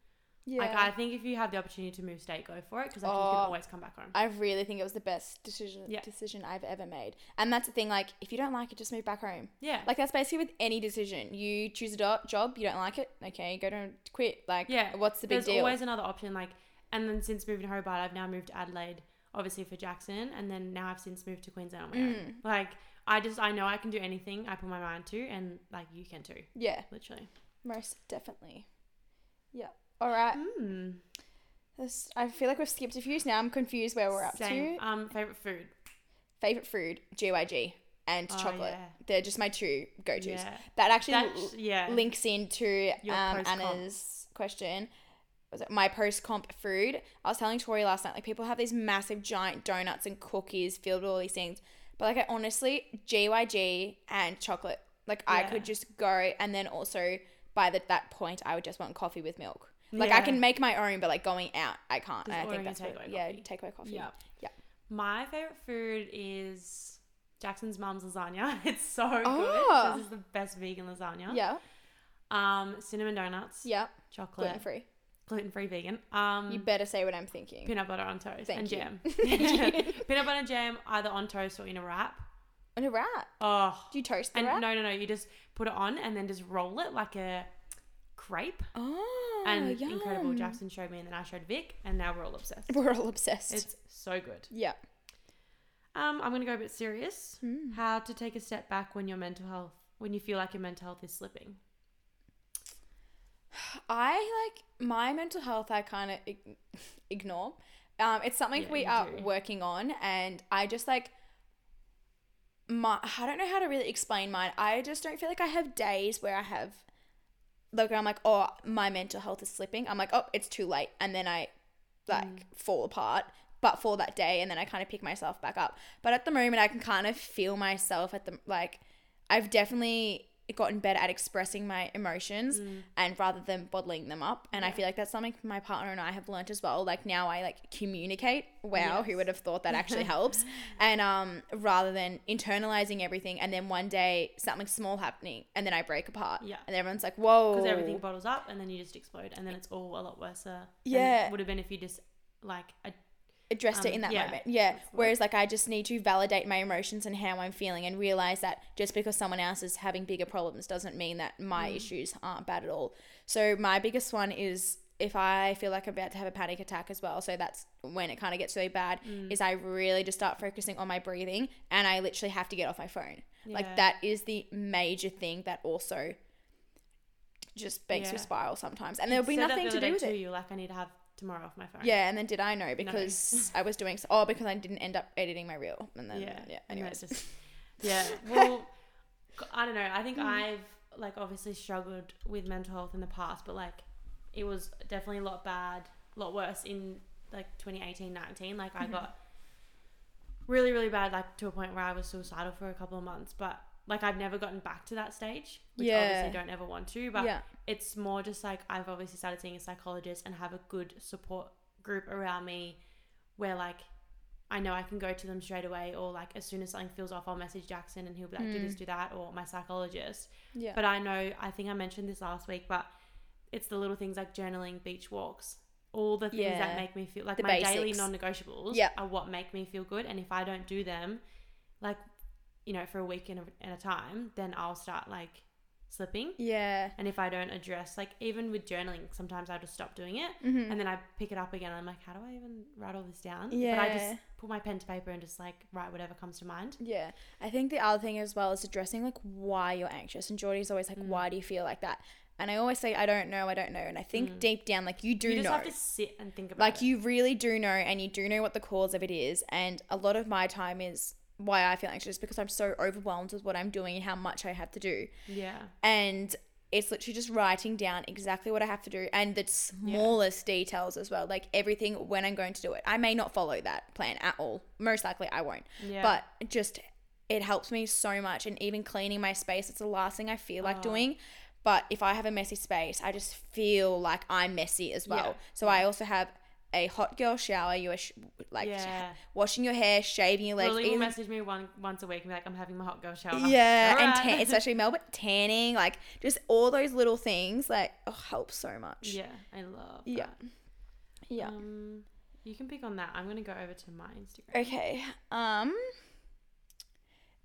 Yeah.
Like I think if you have the opportunity to move state, go for it because I think you
Oh.
can always come back home.
I really think it was the best decision
Yeah.
decision I've ever made. And that's the thing, like, if you don't like it, just move back home.
yeah.
Like, that's basically with any decision. You choose a do- job, you don't like it, okay, go to quit. Like,
yeah.
what's the big
There's
deal?
always another option. Like, and then since moving to Hobart, I've now moved to Adelaide, obviously for Jackson, and then now I've since moved to Queensland on my
Mm.
own. Like, I just I know I can do anything I put my mind to, and like you can too,
yeah,
literally.
most definitely. Yeah. All right.
Mm.
This, I feel like we've skipped a few. so Now I'm confused where we're up
Same.
to.
Um, favorite food.
Favorite food, GYG, and
Oh,
chocolate.
yeah.
They're just my two go tos.
Yeah.
That actually
That's,
l-
yeah.
links into
Your
um,
post-comp.
Anna's question. Was it my post comp food? I was telling Tori last night, like people have these massive giant donuts and cookies filled with all these things. But like I honestly, GYG and chocolate. Like I
Yeah.
could just go and then also by the, that point I would just want coffee with milk. Like I
Yeah.
can make my own, but like going out I can't.
Just
and I think
ordering a
that's what,
takeaway
yeah,
coffee.
takeaway coffee.
Yeah.
Yeah.
My favorite food is Jackson's mum's lasagna. It's so
Oh.
good. This is the best vegan lasagna.
Yeah.
Um, cinnamon donuts.
Yeah. Gluten
Chocolate.
free.
Gluten free vegan. Um,
You better say what I'm thinking.
peanut butter on toast and
Thank you.
jam.
Thank
peanut butter and jam either on toast or in a wrap.
And a wrap.
Oh.
Do you toast the
And
wrap?
no, no, no. You just put it on and then just roll it like a crepe.
Oh,
and incredible.
yum.
Jackson showed me and then I showed Vic and now we're all obsessed.
We're all obsessed.
It's so good.
yeah.
Um, I'm gonna go a bit serious.
Hmm.
How to take a step back when your mental health, when you feel like your mental health is slipping.
I like my mental health. I kind of ig- ignore. Um, it's something
Yeah,
we
you
are
do.
working on, and I just like my. I don't know how to really explain mine. I just don't feel like I have days where I have like I'm like, oh, my mental health is slipping. I'm like, oh, it's too late, and then I like
Mm.
fall apart. But for that day, and then I kind of pick myself back up. But at the moment, I can kind of feel myself at the like. I've definitely gotten better at expressing my emotions
Mm.
and rather than bottling them up. And I feel like that's something my partner and I have learnt as well. Like now I like communicate. Wow, who would have thought that actually helps? And um rather than internalizing everything and then one day something small happening and then I break apart.
Yeah.
And everyone's like, Whoa
Because everything bottles up and then you just explode and then it's all a lot worse. Uh, than
Yeah.
It would have been if you just like a,
addressed it
Um,
in that
yeah.
moment. Yeah. Whereas like I just need to validate my emotions and how I'm feeling and realize that just because someone else is having bigger problems doesn't mean that
Mm.
my issues aren't bad at all. So my biggest one is if I feel like I'm about to have a panic attack as well, so that's when it kind of gets really bad,
Mm.
is I really just start focusing on my breathing and I literally have to get off my phone.
Yeah.
Like that is the major thing that also just makes you
Yeah.
spiral sometimes. And there'll be
said that
nothing
the
to
other
do
day
with
to
it.
You like I need to have tomorrow off my phone.
Yeah, and then did I know because I was doing so, oh because I didn't end up editing my reel and then yeah,
yeah, And
anyways
that's just, yeah. Well, I don't know. I
Mm.
think I've like obviously struggled with mental health in the past, but like it was definitely a lot bad, a lot worse in like 2018, 19. Like
Mm-hmm.
I got really, really bad, like to a point where I was suicidal for a couple of months, but like I've never gotten back to that stage, which
Yeah.
obviously don't ever want to, but
Yeah.
it's more just like I've obviously started seeing a psychologist and have a good support group around me where like I know I can go to them straight away or like as soon as something feels off I'll message Jackson and he'll be like do this do that or my psychologist
Mm. yeah
but I know I think I mentioned this last week but it's the little things like journaling beach walks all the things
Yeah.
that make me feel like
The
my daily
basics.
non-negotiables
Yeah.
are what make me feel good and if I don't do them like you know for a week in a- at a time then I'll start like slipping
yeah
and if I don't address, like even with journaling, sometimes I just stop doing it
mm-hmm. Mm.
and then I pick it up again. And I'm like, how do I even write all this down? But I
Yeah.
just put my pen to paper and just like write whatever comes to mind.
yeah I think the other thing as well is addressing like why you're anxious and Jordy's always like why do you feel like that and I always say I don't know I don't know and I think deep down like Mm. you do
You just
know
have to sit and think about it.
like you really do know and you do know what the cause of it is and a lot of my time is why I feel anxious because I'm so overwhelmed with what I'm doing and how much I have to do
Yeah.
and it's literally just writing down exactly what I have to do and the smallest details as well, like everything when I'm going to do it. I may not follow that plan at all. Most likely I won't.
Yeah.
But just it helps me so much and even cleaning my space, it's the last thing I feel
Oh.
like doing. But if I have a messy space, I just feel like I'm messy as well.
Yeah.
So I also have a hot girl shower. You are sh- like sh-
Yeah.
washing your hair, shaving your legs.
Lily will
even-
message me one once a week and be like, "I'm having my hot girl shower."
yeah,
All
and
right.
tan- especially Melbourne tanning, like just all those little things, like oh, help so much.
yeah, I love.
Yeah.
that.
yeah.
Um, you can pick on that. I'm gonna go over to my Instagram.
Okay. Um.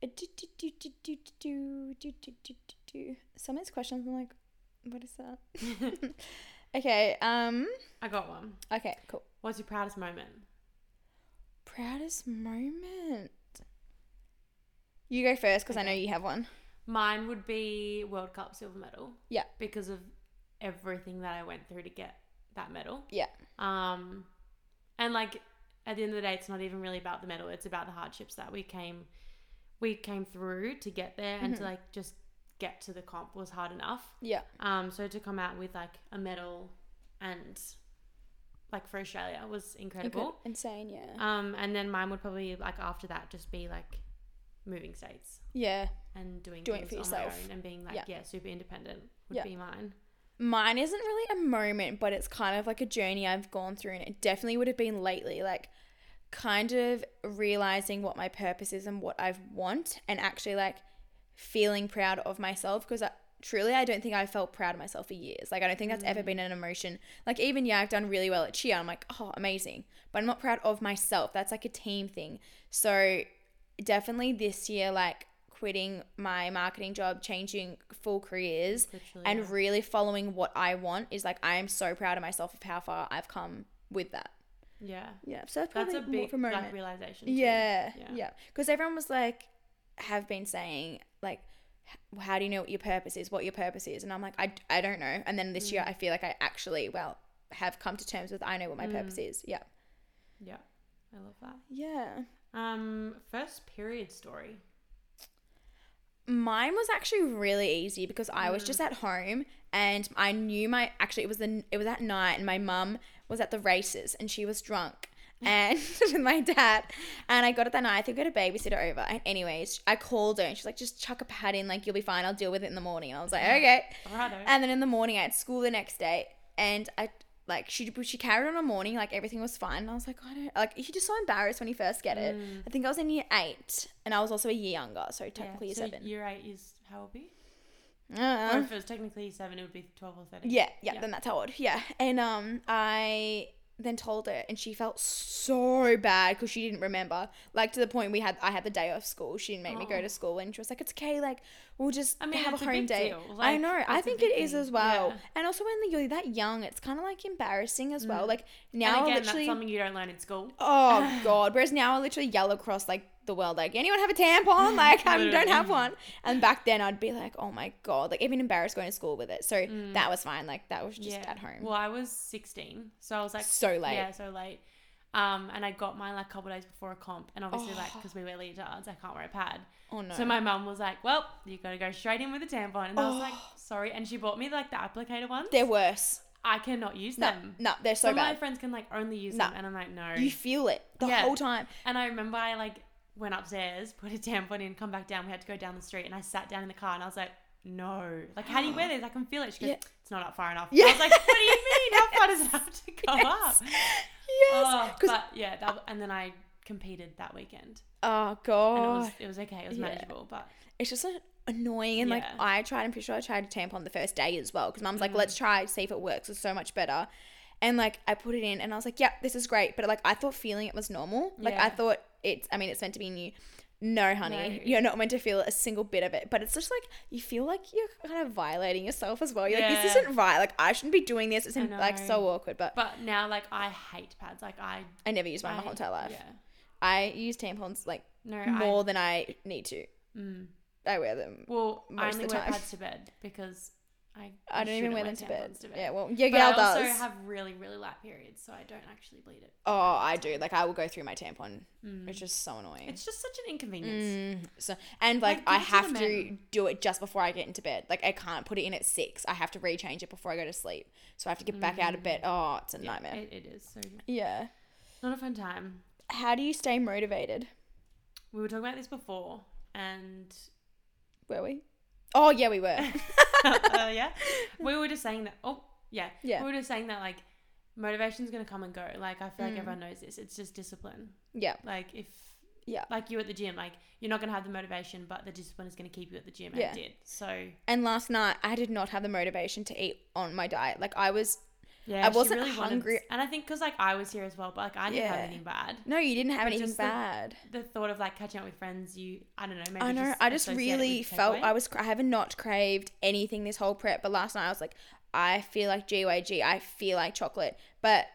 uh, do, do, do, do, do, do, do, do, do, do, do. Some of these questions, I'm like, what is that? okay. Um.
I got one.
Okay. Cool.
What's your proudest moment?
Proudest moment. You go first because I know you have one.
Mine would be World Cup silver medal.
Yeah.
Because of everything that I went through to get that medal.
Yeah.
Um, and like at the end of the day, it's not even really about the medal. It's about the hardships that we came, we came through to get there, and to like just get to the comp was hard enough.
Mm-hmm. Yeah.
Um, so to come out with like a medal, and like for Australia was incredible.
Insane. Yeah.
Um, and then mine would probably like after that just be like moving states
yeah.
and doing,
Doing it
things
for
on my
yourself.
own and being like
Yeah.
yeah, super independent would
Yeah.
be mine.
Mine isn't really a moment, but it's kind of like a journey I've gone through, and it definitely would have been lately, like kind of realizing what my purpose is and what I want, and actually like feeling proud of myself because I truly I don't think I felt proud of myself for years. Like I don't think that's ever been an emotion. Like even yeah, I've done really well at cheer. I'm like oh amazing, but I'm not proud of myself. That's like a team thing. So definitely this year, like quitting my marketing job, changing full careers,
Literally,
and really following what I want is like I am so proud of myself of how far I've come with that.
Yeah,
Yeah, so that's
that's
probably
a
more
big
for a moment.
like realization. too.
yeah,
Yeah.
yeah, because everyone was like, have been saying like, h- how do you know what your purpose is? What your purpose is? And I'm like, I, I don't know. And then this year, I feel like I actually well have come to terms with I know what
Mm.
my purpose is. Yeah,
yeah, I love that.
yeah.
Um, first period story.
Mine was actually really easy because I
Mm.
was just at home and I knew my actually it was the it was at night and my mum was at the races and she was drunk and with my dad and I got it that night I think we had a babysitter over and anyways I called her and she's like just chuck a pad in like you'll be fine I'll deal with it in the morning and I was like okay
Righto.
and then in the morning, I had school the next day, and I like she she carried on all morning, like everything was fine. And I was like, I don't like. You're just so embarrassed when you first get it.
Mm.
I think I was in year eight, and I was also a year younger, so technically
yeah.
year
so
seven.
Year eight is how old are you?
Uh,
Or if it was technically year seven, it would be twelve or thirteen.
yeah, yeah, Then that's how old. Yeah, and um, I then told her, and she felt so bad because she didn't remember. Like to the point we had, I had the day off school. She didn't make me go
Oh.
to school, and she was like, "It's okay, like we'll just
I mean,
have a
it's a
home
big
day."
deal.
I
Like,
know. I
it's a
think
big
it is
thing.
as well.
Yeah.
And also when you're that young, it's kind of like embarrassing as well. Like
Mm. And
now, I
again,
literally.
that's something you don't learn in school.
Oh god! Whereas now I literally yell across like the world, like anyone have a tampon? Like I don't
Literally.
have one. And back then I'd be like, oh my god! Like even embarrassed going to school with it. So that was fine. Like that was just at home.
Mm. Well, I was 16, so I was like
So late.
Yeah, so late. Um, and I got mine like a couple days before a comp, and obviously like 'cause
Oh.
like because we wear leotards, I can't wear a pad.
oh no.
So my mum was like, "Well, you got to go straight in with a tampon," and I was like,
Oh.
"Sorry." And she bought me like the applicator ones.
they're worse.
I cannot use
No,
them.
no, they're so
Some of my
bad.
friends can like only use
No.
them, and I'm like, "No."
You feel it the
Yeah.
whole time.
And I remember I like went upstairs, put a tampon in, come back down. We had to go down the street, and I sat down in the car, and I was like, "No, like how do you wear this? I can feel it." She goes,
Yeah.
"It's not up far enough."
Yeah.
I was like, "What do you mean? How far does it have to go
Yes.
up?"
Yes.
Oh,
'Cause-
but yeah, that, and then I competed that weekend,
oh
and
god.
it was it was okay, it was
Yeah.
manageable, but
it's just like annoying and like
Yeah.
I tried I'm pretty sure I tried a tampon the first day as well because mum's like
Mm.
let's try see if it works it's so much better and like I put it in and I was like yep this is great but like I thought feeling it was normal like I
Yeah.
thought it's I mean it's meant to be new no honey
No.
you're not meant to feel a single bit of it but it's just like you feel like you're kind of violating yourself as well you're like this
Yeah.
isn't right like I shouldn't be doing this it's
I
like
know.
so awkward but,
but now like I hate pads, like I
I never used mine my
I-
whole entire life
Yeah,
I use tampons like
no,
more
more.
than I need to
I, mm,
I wear them
well,
most
I
of
only
the
wear
time.
pads to bed because I
I don't even
shouldn't
wear them to bed.
tampons
Yeah, well, your
But
girl
I also
does.
have really, really light periods, so I don't actually bleed it.
Oh, I do. Like I will go through my tampon.
Mm.
It's just so annoying.
It's just such an inconvenience.
Mm. So and like,
Like,
I
give it to
have
the
to
men.
do it just before I get into bed. Like I can't put it in at six. I have to rechange it before I go to sleep. So I have to get back out of bed. Oh, it's a
Mm. Yeah,
nightmare.
It, it is. So
yeah.
not a fun time.
How do you stay motivated?
We were talking about this before, and
Were we? Oh yeah, we were.
uh, yeah, we were just saying that. Oh, yeah,
Yeah.
we were just saying that like motivation's gonna come and go. Like I feel like
Mm.
everyone knows this. It's just discipline.
Yeah.
Like if
Yeah.
like you at the gym, like you're not gonna have the motivation, but the discipline is gonna keep you at the gym. And
Yeah.
it did. So
And last night I did not have the motivation to eat on my diet. Like I was
yeah,
I
she
wasn't
wanted-
hungry.
and I think because like I was here as well, but like I didn't have
Yeah.
anything bad.
no, you didn't have
But
anything
just the-
bad.
The thought of like catching up with friends, you I don't know. Maybe
I know. I just
associate it
really
with
felt
takeaway.
I was. cra- I haven't not craved anything this whole prep, but last night I was like, I feel like GYG. I feel like chocolate, but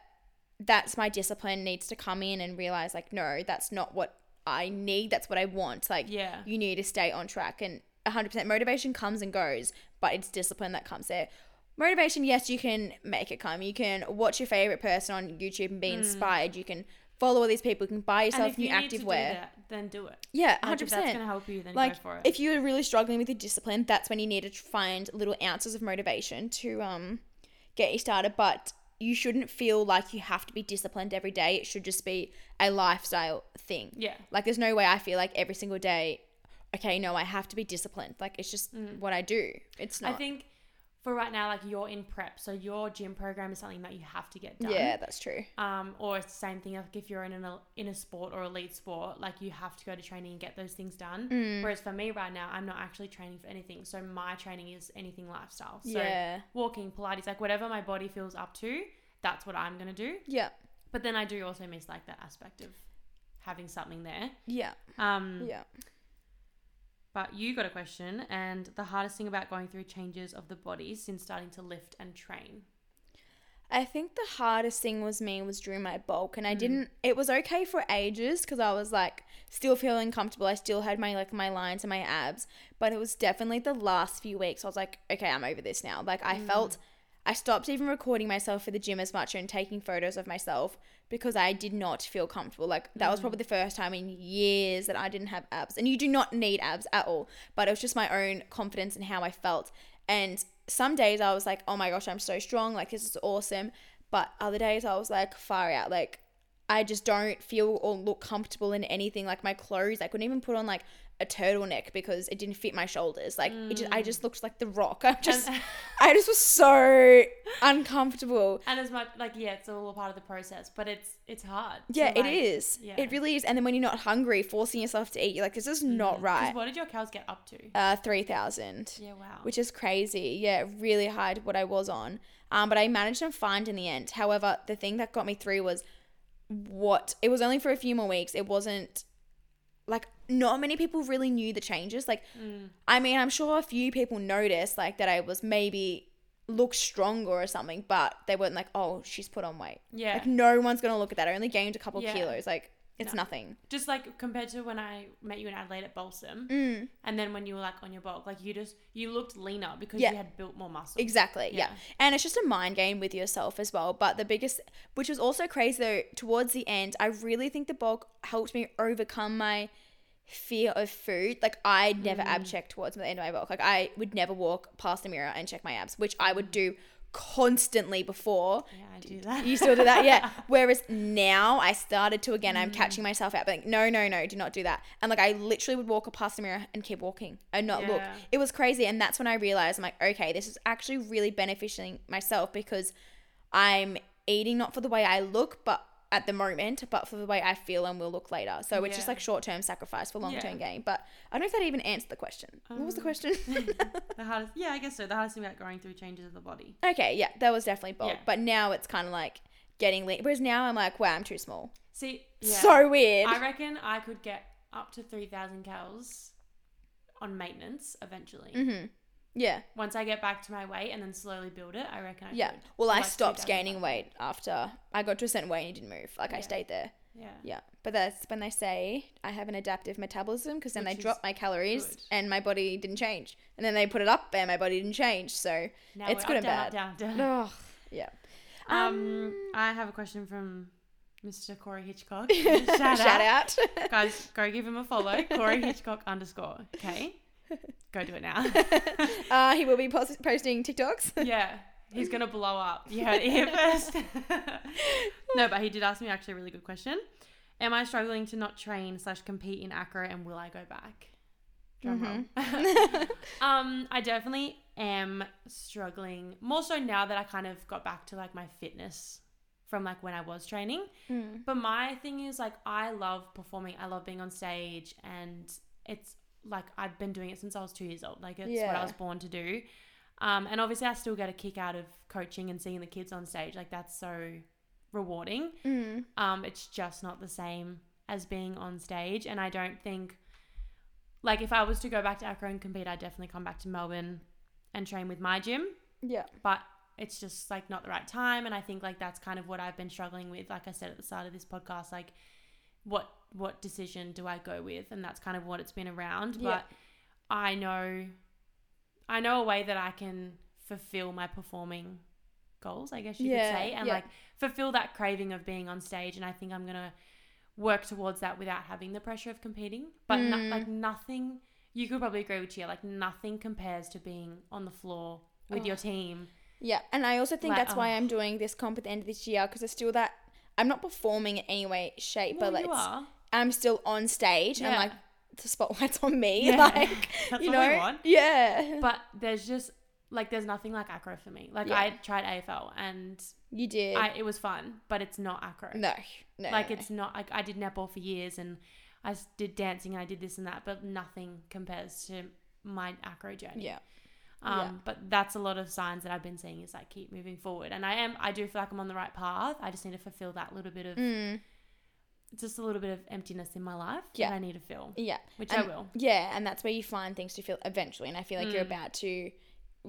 that's my discipline needs to come in and realize like, no, that's not what I need. That's what I want. Like,
Yeah.
you need to stay on track and 100% motivation comes and goes, but it's discipline that comes there. Motivation, yes, you can make it come. You can watch your favorite person on YouTube and be inspired. You can follow all these people. You can buy
Mm. And
yourself
if you
new
need to
active
do
wear.
that, then do it.
Yeah,
Like,
100%.
if that's gonna help you, then
like
go for it.
if you're really struggling with your discipline that's when you need to tr- find little ounces of motivation to um get you started but you shouldn't feel like you have to be disciplined every day it should just be a lifestyle thing
yeah,
like there's no way i feel like every single day okay no i have to be disciplined like it's just what i do it's not
Mm. I think for right now, like you're in prep, so your gym program is something that you have to get done.
yeah that's true
Um, or it's the same thing. Like if you're in an el- in a sport or elite sport, like you have to go to training and get those things done.
Mm.
Whereas for me Mm. right now, I'm not actually training for anything. So my training is anything lifestyle. So
yeah
walking, Pilates, like whatever my body feels up to, that's what I'm gonna do.
yeah
But then I do also miss like that aspect of having something there.
yeah
Um,
yeah
But you got a question, and the hardest thing about going through changes of the body since starting to lift and train.
I think the hardest thing was me was during my bulk, and I didn't. It was okay for ages because I was like still feeling comfortable. I still had my like my lines and my abs, but it was definitely the last few weeks. I was like, okay, I'm over this now. Like I felt, I stopped even recording myself for the gym as much and taking photos of myself because I did not feel comfortable. Like that was probably the first time in years that I didn't have abs, and you do not need abs at all. But it was just my own confidence and how I felt, and some days I was like, oh my gosh, I'm so strong. Like, this is awesome. But other days I was like, far out. Like, I just don't feel or look comfortable in anything. Like, my clothes, I couldn't even put on like a turtleneck because it didn't fit my shoulders. Like, it just, I just looked like the rock. I just,
Mm. And-
I just was so uncomfortable.
and as much like yeah it's all a part of the process but it's it's hard to,
Yeah, it
like-
is.
yeah.
It really is. And then when you're not hungry, forcing yourself to eat, you're like, this is not
'Cause
right.
what did your cows get up to
Uh, 3,000.
yeah wow
which is crazy. Yeah, really hard what I was on. Um, but I managed to find in the end. However, the thing that got me through was what it was only for a few more weeks. It wasn't like not many people really knew the changes. Like,
Mm.
I mean, I'm sure a few people noticed like that I was maybe looked stronger or something, but they weren't like, oh, she's put on weight.
yeah
Like, no one's gonna look at that. I only gained a couple
Yeah.
kilos. Like, it's
No.
nothing.
just like compared to when i met you in adelaide at balsam
Mm.
and then when you were like on your bulk like you just you looked leaner because
Yeah.
you had built more muscle
Exactly. Yeah.
Yeah.
And it's just a mind game with yourself as well. But the biggest, which was also crazy though, towards the end, I really think the bulk helped me overcome my fear of food. Like I never ab check towards the end of my bulk. Like I would never walk past the mirror and check my abs, which I would do constantly before.
yeah i do that
You still do that, yeah. Whereas now I started to again. I'm catching
Mm.
myself out, but like, no, no, no, do not do that. And like I literally would walk past the mirror and keep walking and not look.
Yeah.
It was crazy, and that's when I realized I'm like, okay, this is actually really benefiting myself because I'm eating not for the way I look, but at the moment, but for the way I feel and will look later. So it's just
Yeah.
like short term sacrifice for long term
Yeah.
gain. But I don't know if that even answered the question. what was the
Um,
question?
the hardest yeah i guess so the hardest thing about going through changes of the body
okay, yeah, that was definitely bulk.
Yeah.
But now it's kind of like getting lean. Whereas now I'm like, wow, I'm too small.
see yeah,
So weird.
i reckon i could get up to 3000 cows on maintenance eventually
Mm-hmm. Yeah,
once i get back to my weight and then slowly build it i reckon i
yeah.
could.
Well, I
Like,
stopped
2,500.
gaining weight after I got to a certain weight and it didn't move. Like I
Yeah.
stayed there.
yeah
Yeah, but that's when they say I have an adaptive metabolism because then
Which
they
is
dropped my calories
good.
and my body didn't change, and then they put it up and my body didn't change. So
Now
It's
we're up,
good and
down, Up, down, down.
ugh, yeah.
Um, I have a question from Mr. Corey Hitchcock. Shout, out.
Shout out.
Guys, go give him a follow. Corey Hitchcock underscore. Okay. Go do it now.
uh, he will be post- posting TikToks.
yeah. He's going to blow up. You heard it here first. no, but he did ask me actually a really good question. Am I struggling to not train slash compete in acro and will I go back? Drum roll.
Mm-hmm. Mm,
Um, I definitely am struggling more so now that I kind of got back to like my fitness from like when I was training.
Mm.
But my thing is like I love performing. I love being on stage and it's like I've been doing it since I was 2 years old. Like it's what
Yeah.
I was born to do. Um and obviously I still get a kick out of coaching and seeing the kids on stage. Like that's so rewarding.
Mm.
Um it's just not the same as being on stage and I don't think like if I was to go back to Accra and compete, I'd definitely come back to Melbourne and train with my gym
Yeah.
but it's just like not the right time and i think like that's kind of what i've been struggling with like i said at the start of this podcast like what what decision do i go with and that's kind of what it's been around
Yeah.
but i know i know a way that i can fulfill my performing goals i guess you
Yeah,
could say and
yeah.
like fulfill that craving of being on stage and i think i'm gonna work towards that without having the pressure of competing but no-
Mm.
like nothing you could probably agree with Chia, like nothing compares to being on the floor with
Oh.
your team
Yeah, and I also think
Like,
that's why
oh.
I'm doing this comp at the end of this year because it's still that I'm not performing in any way, shape,
Well,
but like
you
it's-
are.
I'm still on stage and
Yeah.
like the spotlight's on me,
Yeah.
like
That's
you
what we
know,
want.
yeah,
But there's just like there's nothing like acro for me. Like
Yeah.
I tried AFL and
you did.
I it was fun, but it's not acro.
no, no,
like
no,
it's not like I did netball for years and I s- did dancing and I did this and that, but nothing compares to my acro
no.
journey.
yeah,
Um,
yeah.
but that's a lot of signs that I've been seeing is like keep moving forward, and I am I do feel like I'm on the right path. I just need to fulfill that little bit of
mm,
just a little bit of emptiness in my life
Yeah.
that I need to fill,
yeah,
which I
And-
will.
yeah, and that's where you find things to feel eventually, and I feel like you're
Mm.
about to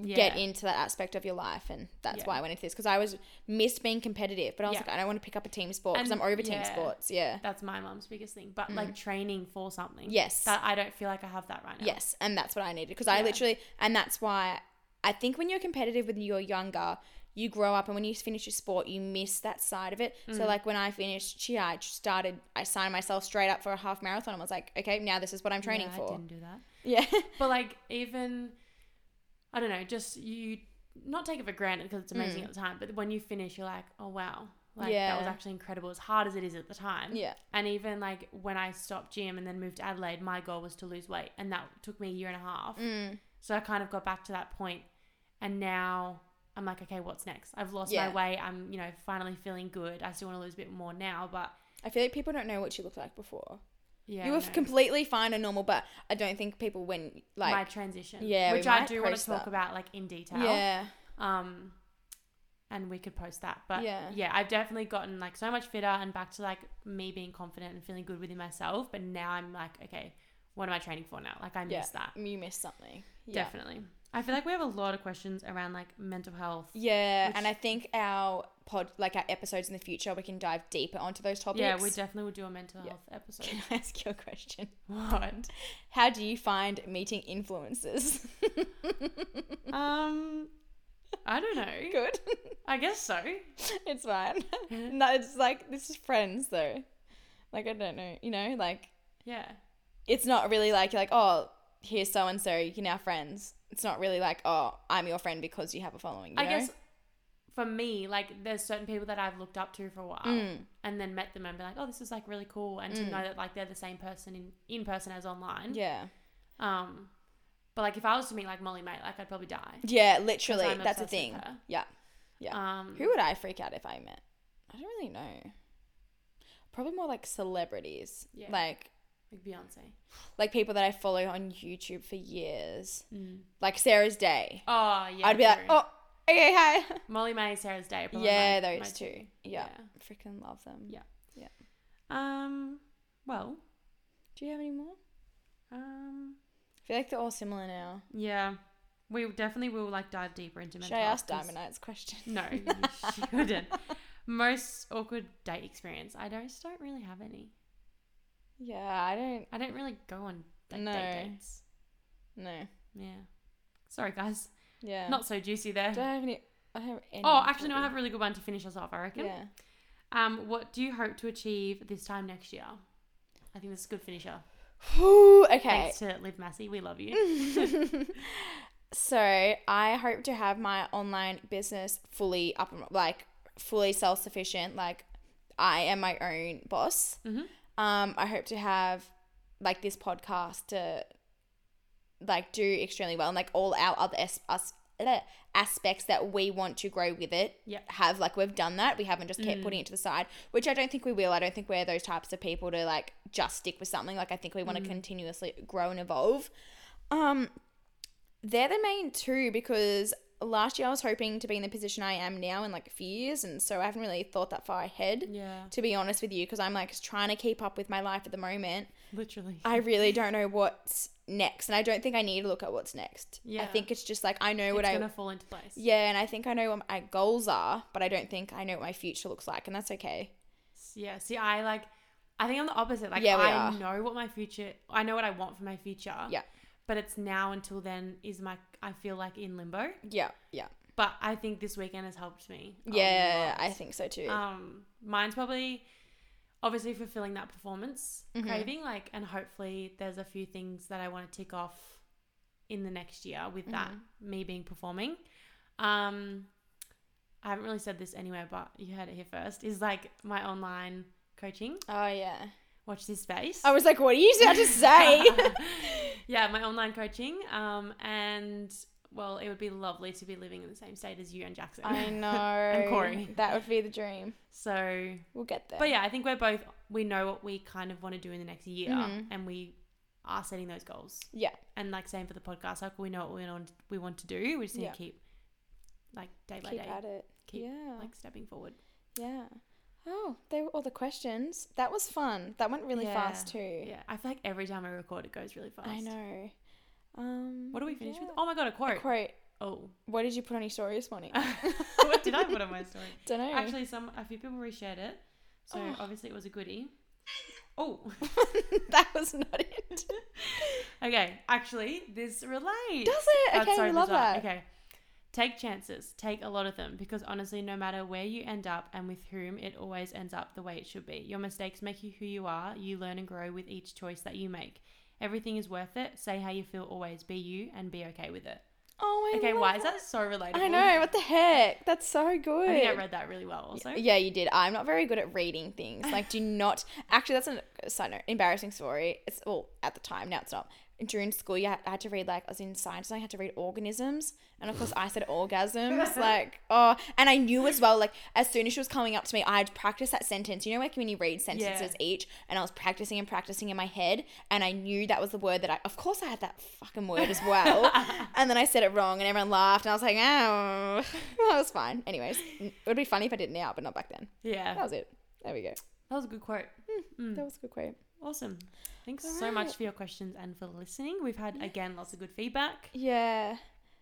Yeah.
get into that aspect of your life, and that's
Yeah.
why I went into this because I was missed being competitive, but I was
Yeah.
like, I don't want to pick up a team sport because I'm
And-
over team
yeah.
sports, yeah.
That's my mom's biggest thing, but like training for something.
Mm-hmm. Yes.
that I don't feel like I have that right now.
Yes, and that's what I needed because I
Yeah.
literally, and that's why I think when you're competitive when you're younger, you grow up, and when you finish your sport, you miss that side of it.
Mm.
So like when I finished cheer, I just started, I signed myself straight up for a half marathon. and was like, okay, now this is what I'm training
Yeah, I
for.
didn't do that.
Yeah,
But like even, I don't know, just you not take it for granted because it's amazing
Mm.
at the time. But when you finish, you're like, oh wow, like that was
Yeah.
actually incredible. As hard as it is at the time.
yeah,
And even like when I stopped gym and then moved to Adelaide, my goal was to lose weight, and that took me a year and a half.
mm,
So I kind of got back to that point, and now I'm like, okay, what's next? I've lost
Yeah.
my weight. I'm you know finally feeling good. I still want to lose a bit more now, but
I feel like people don't know what you looked like before.
yeah,
you were
no.
completely fine and normal, but I don't think people when like
my transition.
Yeah, we
which I
might
do want to
post
talk
that.
about like in detail.
yeah,
Um, and we could post that. But
Yeah.
yeah. I've definitely gotten like so much fitter and back to like me being confident and feeling good within myself. But now I'm like, okay, what am I training for now? Like I
Yeah.
miss that.
mm, you missed something. Yeah.
Definitely. I feel like we have a lot of questions around like mental health.
Yeah,
Which-
and I think our pod, like our episodes in the future, we can dive deeper onto those topics.
Yeah, we definitely will do a mental
Yeah.
health episode.
Can I ask you a question?
What?
How do you find meeting influencers?
um, I don't know.
Good.
I guess so.
it's fine. no, it's like this is friends though. Like I don't know, you know, like
Yeah.
it's not really like you're like, oh, here's so and so, you're now friends. It's not really like, oh, I'm your friend because you have a following. You
I
know?
guess for me, like there's certain people that I've looked up to for a while
Mm.
and then met them and been like, oh, this is like really cool, and to
Mm.
know that like they're the same person in in person as online.
Yeah.
Um, but like if I was to meet like Molly May, like I'd probably die.
Yeah,
'cause
literally.
I'm
That's
obsessed
the
with
thing.
her.
Yeah. Yeah.
Um,
Who would I freak out if I met? I don't really know. Probably more like celebrities.
Yeah.
Like
like Beyonce.
like people that I follow on YouTube for years.
Mm.
Like Sarah's Day.
Oh yeah.
I'd be like,
true. Oh,
oh, okay, hi.
Molly May, Sarah's Day. are probably
yeah,
my- my
those two. Yeah. Freaking love them.
Yeah. Um. Well.
Do you have any more?
Um.
I feel like they're all similar now.
Yeah. We definitely will like dive deeper into
Should
mental
I
health
ask
'cause-
Diamond Knight's question?
No, you shouldn't. Most awkward date experience. I don't, just don't really have any.
Yeah, I don't
I don't really go on like
No.
date dates.
know.
Yeah. Sorry guys.
Yeah.
Not so juicy there.
Do I have any? I don't have any.
Oh, actually no, I have a really good one to finish us off, I reckon.
Yeah.
Um, what do you hope to achieve this time next year? I think that's a good finisher.
Whew, okay. Mm.
Thanks to Liv Massey. We love you.
So I hope to have my online business fully up and like fully self sufficient. Like I am my own boss.
Mhm.
Um, I hope to have like this podcast to like do extremely well, and like all our other es- us bleh, aspects that we want to grow with it
Yep. Mm.
have like we've done that we haven't just kept putting it to the side which i don't think we will i don't think we're those types of people to like just stick with something like i think we want
Mm.
to continuously grow and evolve um they're the main two because last year i was hoping to be in the position i am now in like a few years and so i haven't really thought that far ahead
Yeah.
to be honest with you because i'm like trying to keep up with my life at the moment
Literally.
I really don't know what's next, and I don't think I need to look at what's next. I
Yeah.
think it's just like I know what
it's
I
gonna fall into place.
yeah, and I think I know what my goals are, but I don't think I know what my future looks like, and that's okay.
Yeah. See, I like. I think I'm the opposite. Like,
Yeah, we
I
are.
know what my future. I know what I want for my future.
Yeah.
But it's now until then is my. I feel like in limbo.
Yeah, yeah,
But I think this weekend has helped me. a
yeah.
lot.
I think so too.
Oh, Um, mine's probably obviously fulfilling that performance
Mm-hmm.
craving, like, and hopefully there's a few things that I want to tick off in the next year with that
Mm-hmm.
me being performing. Um, I haven't really said this anywhere, but you heard it here first. Is like my online coaching.
oh yeah.
Watch this space.
I was like, what are you about to say?
yeah, my online coaching. Um, and well, it would be lovely to be living in the same state as you and Jackson.
I know.
Corey.
That would be the dream.
so
We'll get there.
But yeah, I think we're both we know what we kind of want to do in the next year,
Mhm.
and we are setting those goals.
Yeah.
And like same for the podcast, like we know what we want we want to do. We just need
Yeah.
to keep like day by
keep
day,
at it.
keep
yeah.
like stepping forward.
yeah. Oh, they were all the questions. That was fun. That went really
Yeah.
fast too.
Yeah, I feel like every time I record, it goes really fast.
I know. Um,
What do we finish with?
yeah.
Oh my god, a quote.
Quote.
Oh,
What did you put on your story this morning?
what did I put on my story?
Don't know.
Actually, some a few people reshared it, so
Oh.
obviously it was a goodie. Oh,
that was not it.
okay. Actually, this relates.
Does it?
That's
Okay,
so
we love
bizarre.
that.
Okay. Take chances. Take a lot of them because honestly, no matter where you end up and with whom, it always ends up the way it should be. Your mistakes make you who you are. You learn and grow with each choice that you make. Everything is worth it. Say how you feel always. Be you and be okay with it.
Oh, I
Okay,
love
why is that so relatable?
I know. What the heck? That's so
I
good.
think I read that really well also.
Yeah, you did. I'm not very good at reading things. Like, do not. Actually, that's an- a side note. Embarrassing story. It's well at the time. Now it's not. During school, you had, I had to read like I was in science and I had to read organisms, and of course I said orgasms. like, oh, and I knew as well. Like, as soon as she was coming up to me, I'd practice that sentence. You know, like when you read sentences each, and I was practicing and practicing in my head, and I knew that was the word that I. Of course, I had that fucking word as well, and then I said it wrong, and everyone laughed, and I was like, oh, that was fine. Anyways, it would be funny if I did it now, but not back then.
Yeah.
That was it. There we go.
That was a good quote. Hmm.
That was a good quote.
Awesome. Thanks
All
so
right.
much for your questions and for listening. We've had again lots of good feedback.
Yeah.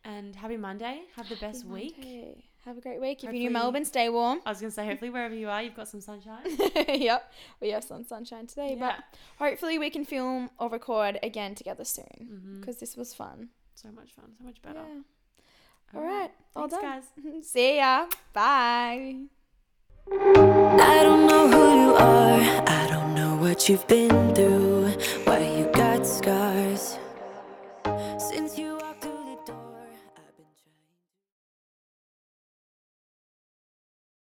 And happy Monday. Have the best week.
Monday. Have a great week. If you're
Hopefully-
new Melbourne, stay warm.
I was gonna say, hopefully wherever you are, you've got some sunshine.
yep. We have some sunshine today,
Yeah.
but hopefully we can film or record again together soon
Mhm.
because this was fun.
So much fun, so much better.
Yeah. All right. All
Thanks,
done.
guys.
See ya. Bye.
I don't know who you are. I don't know what you've been through.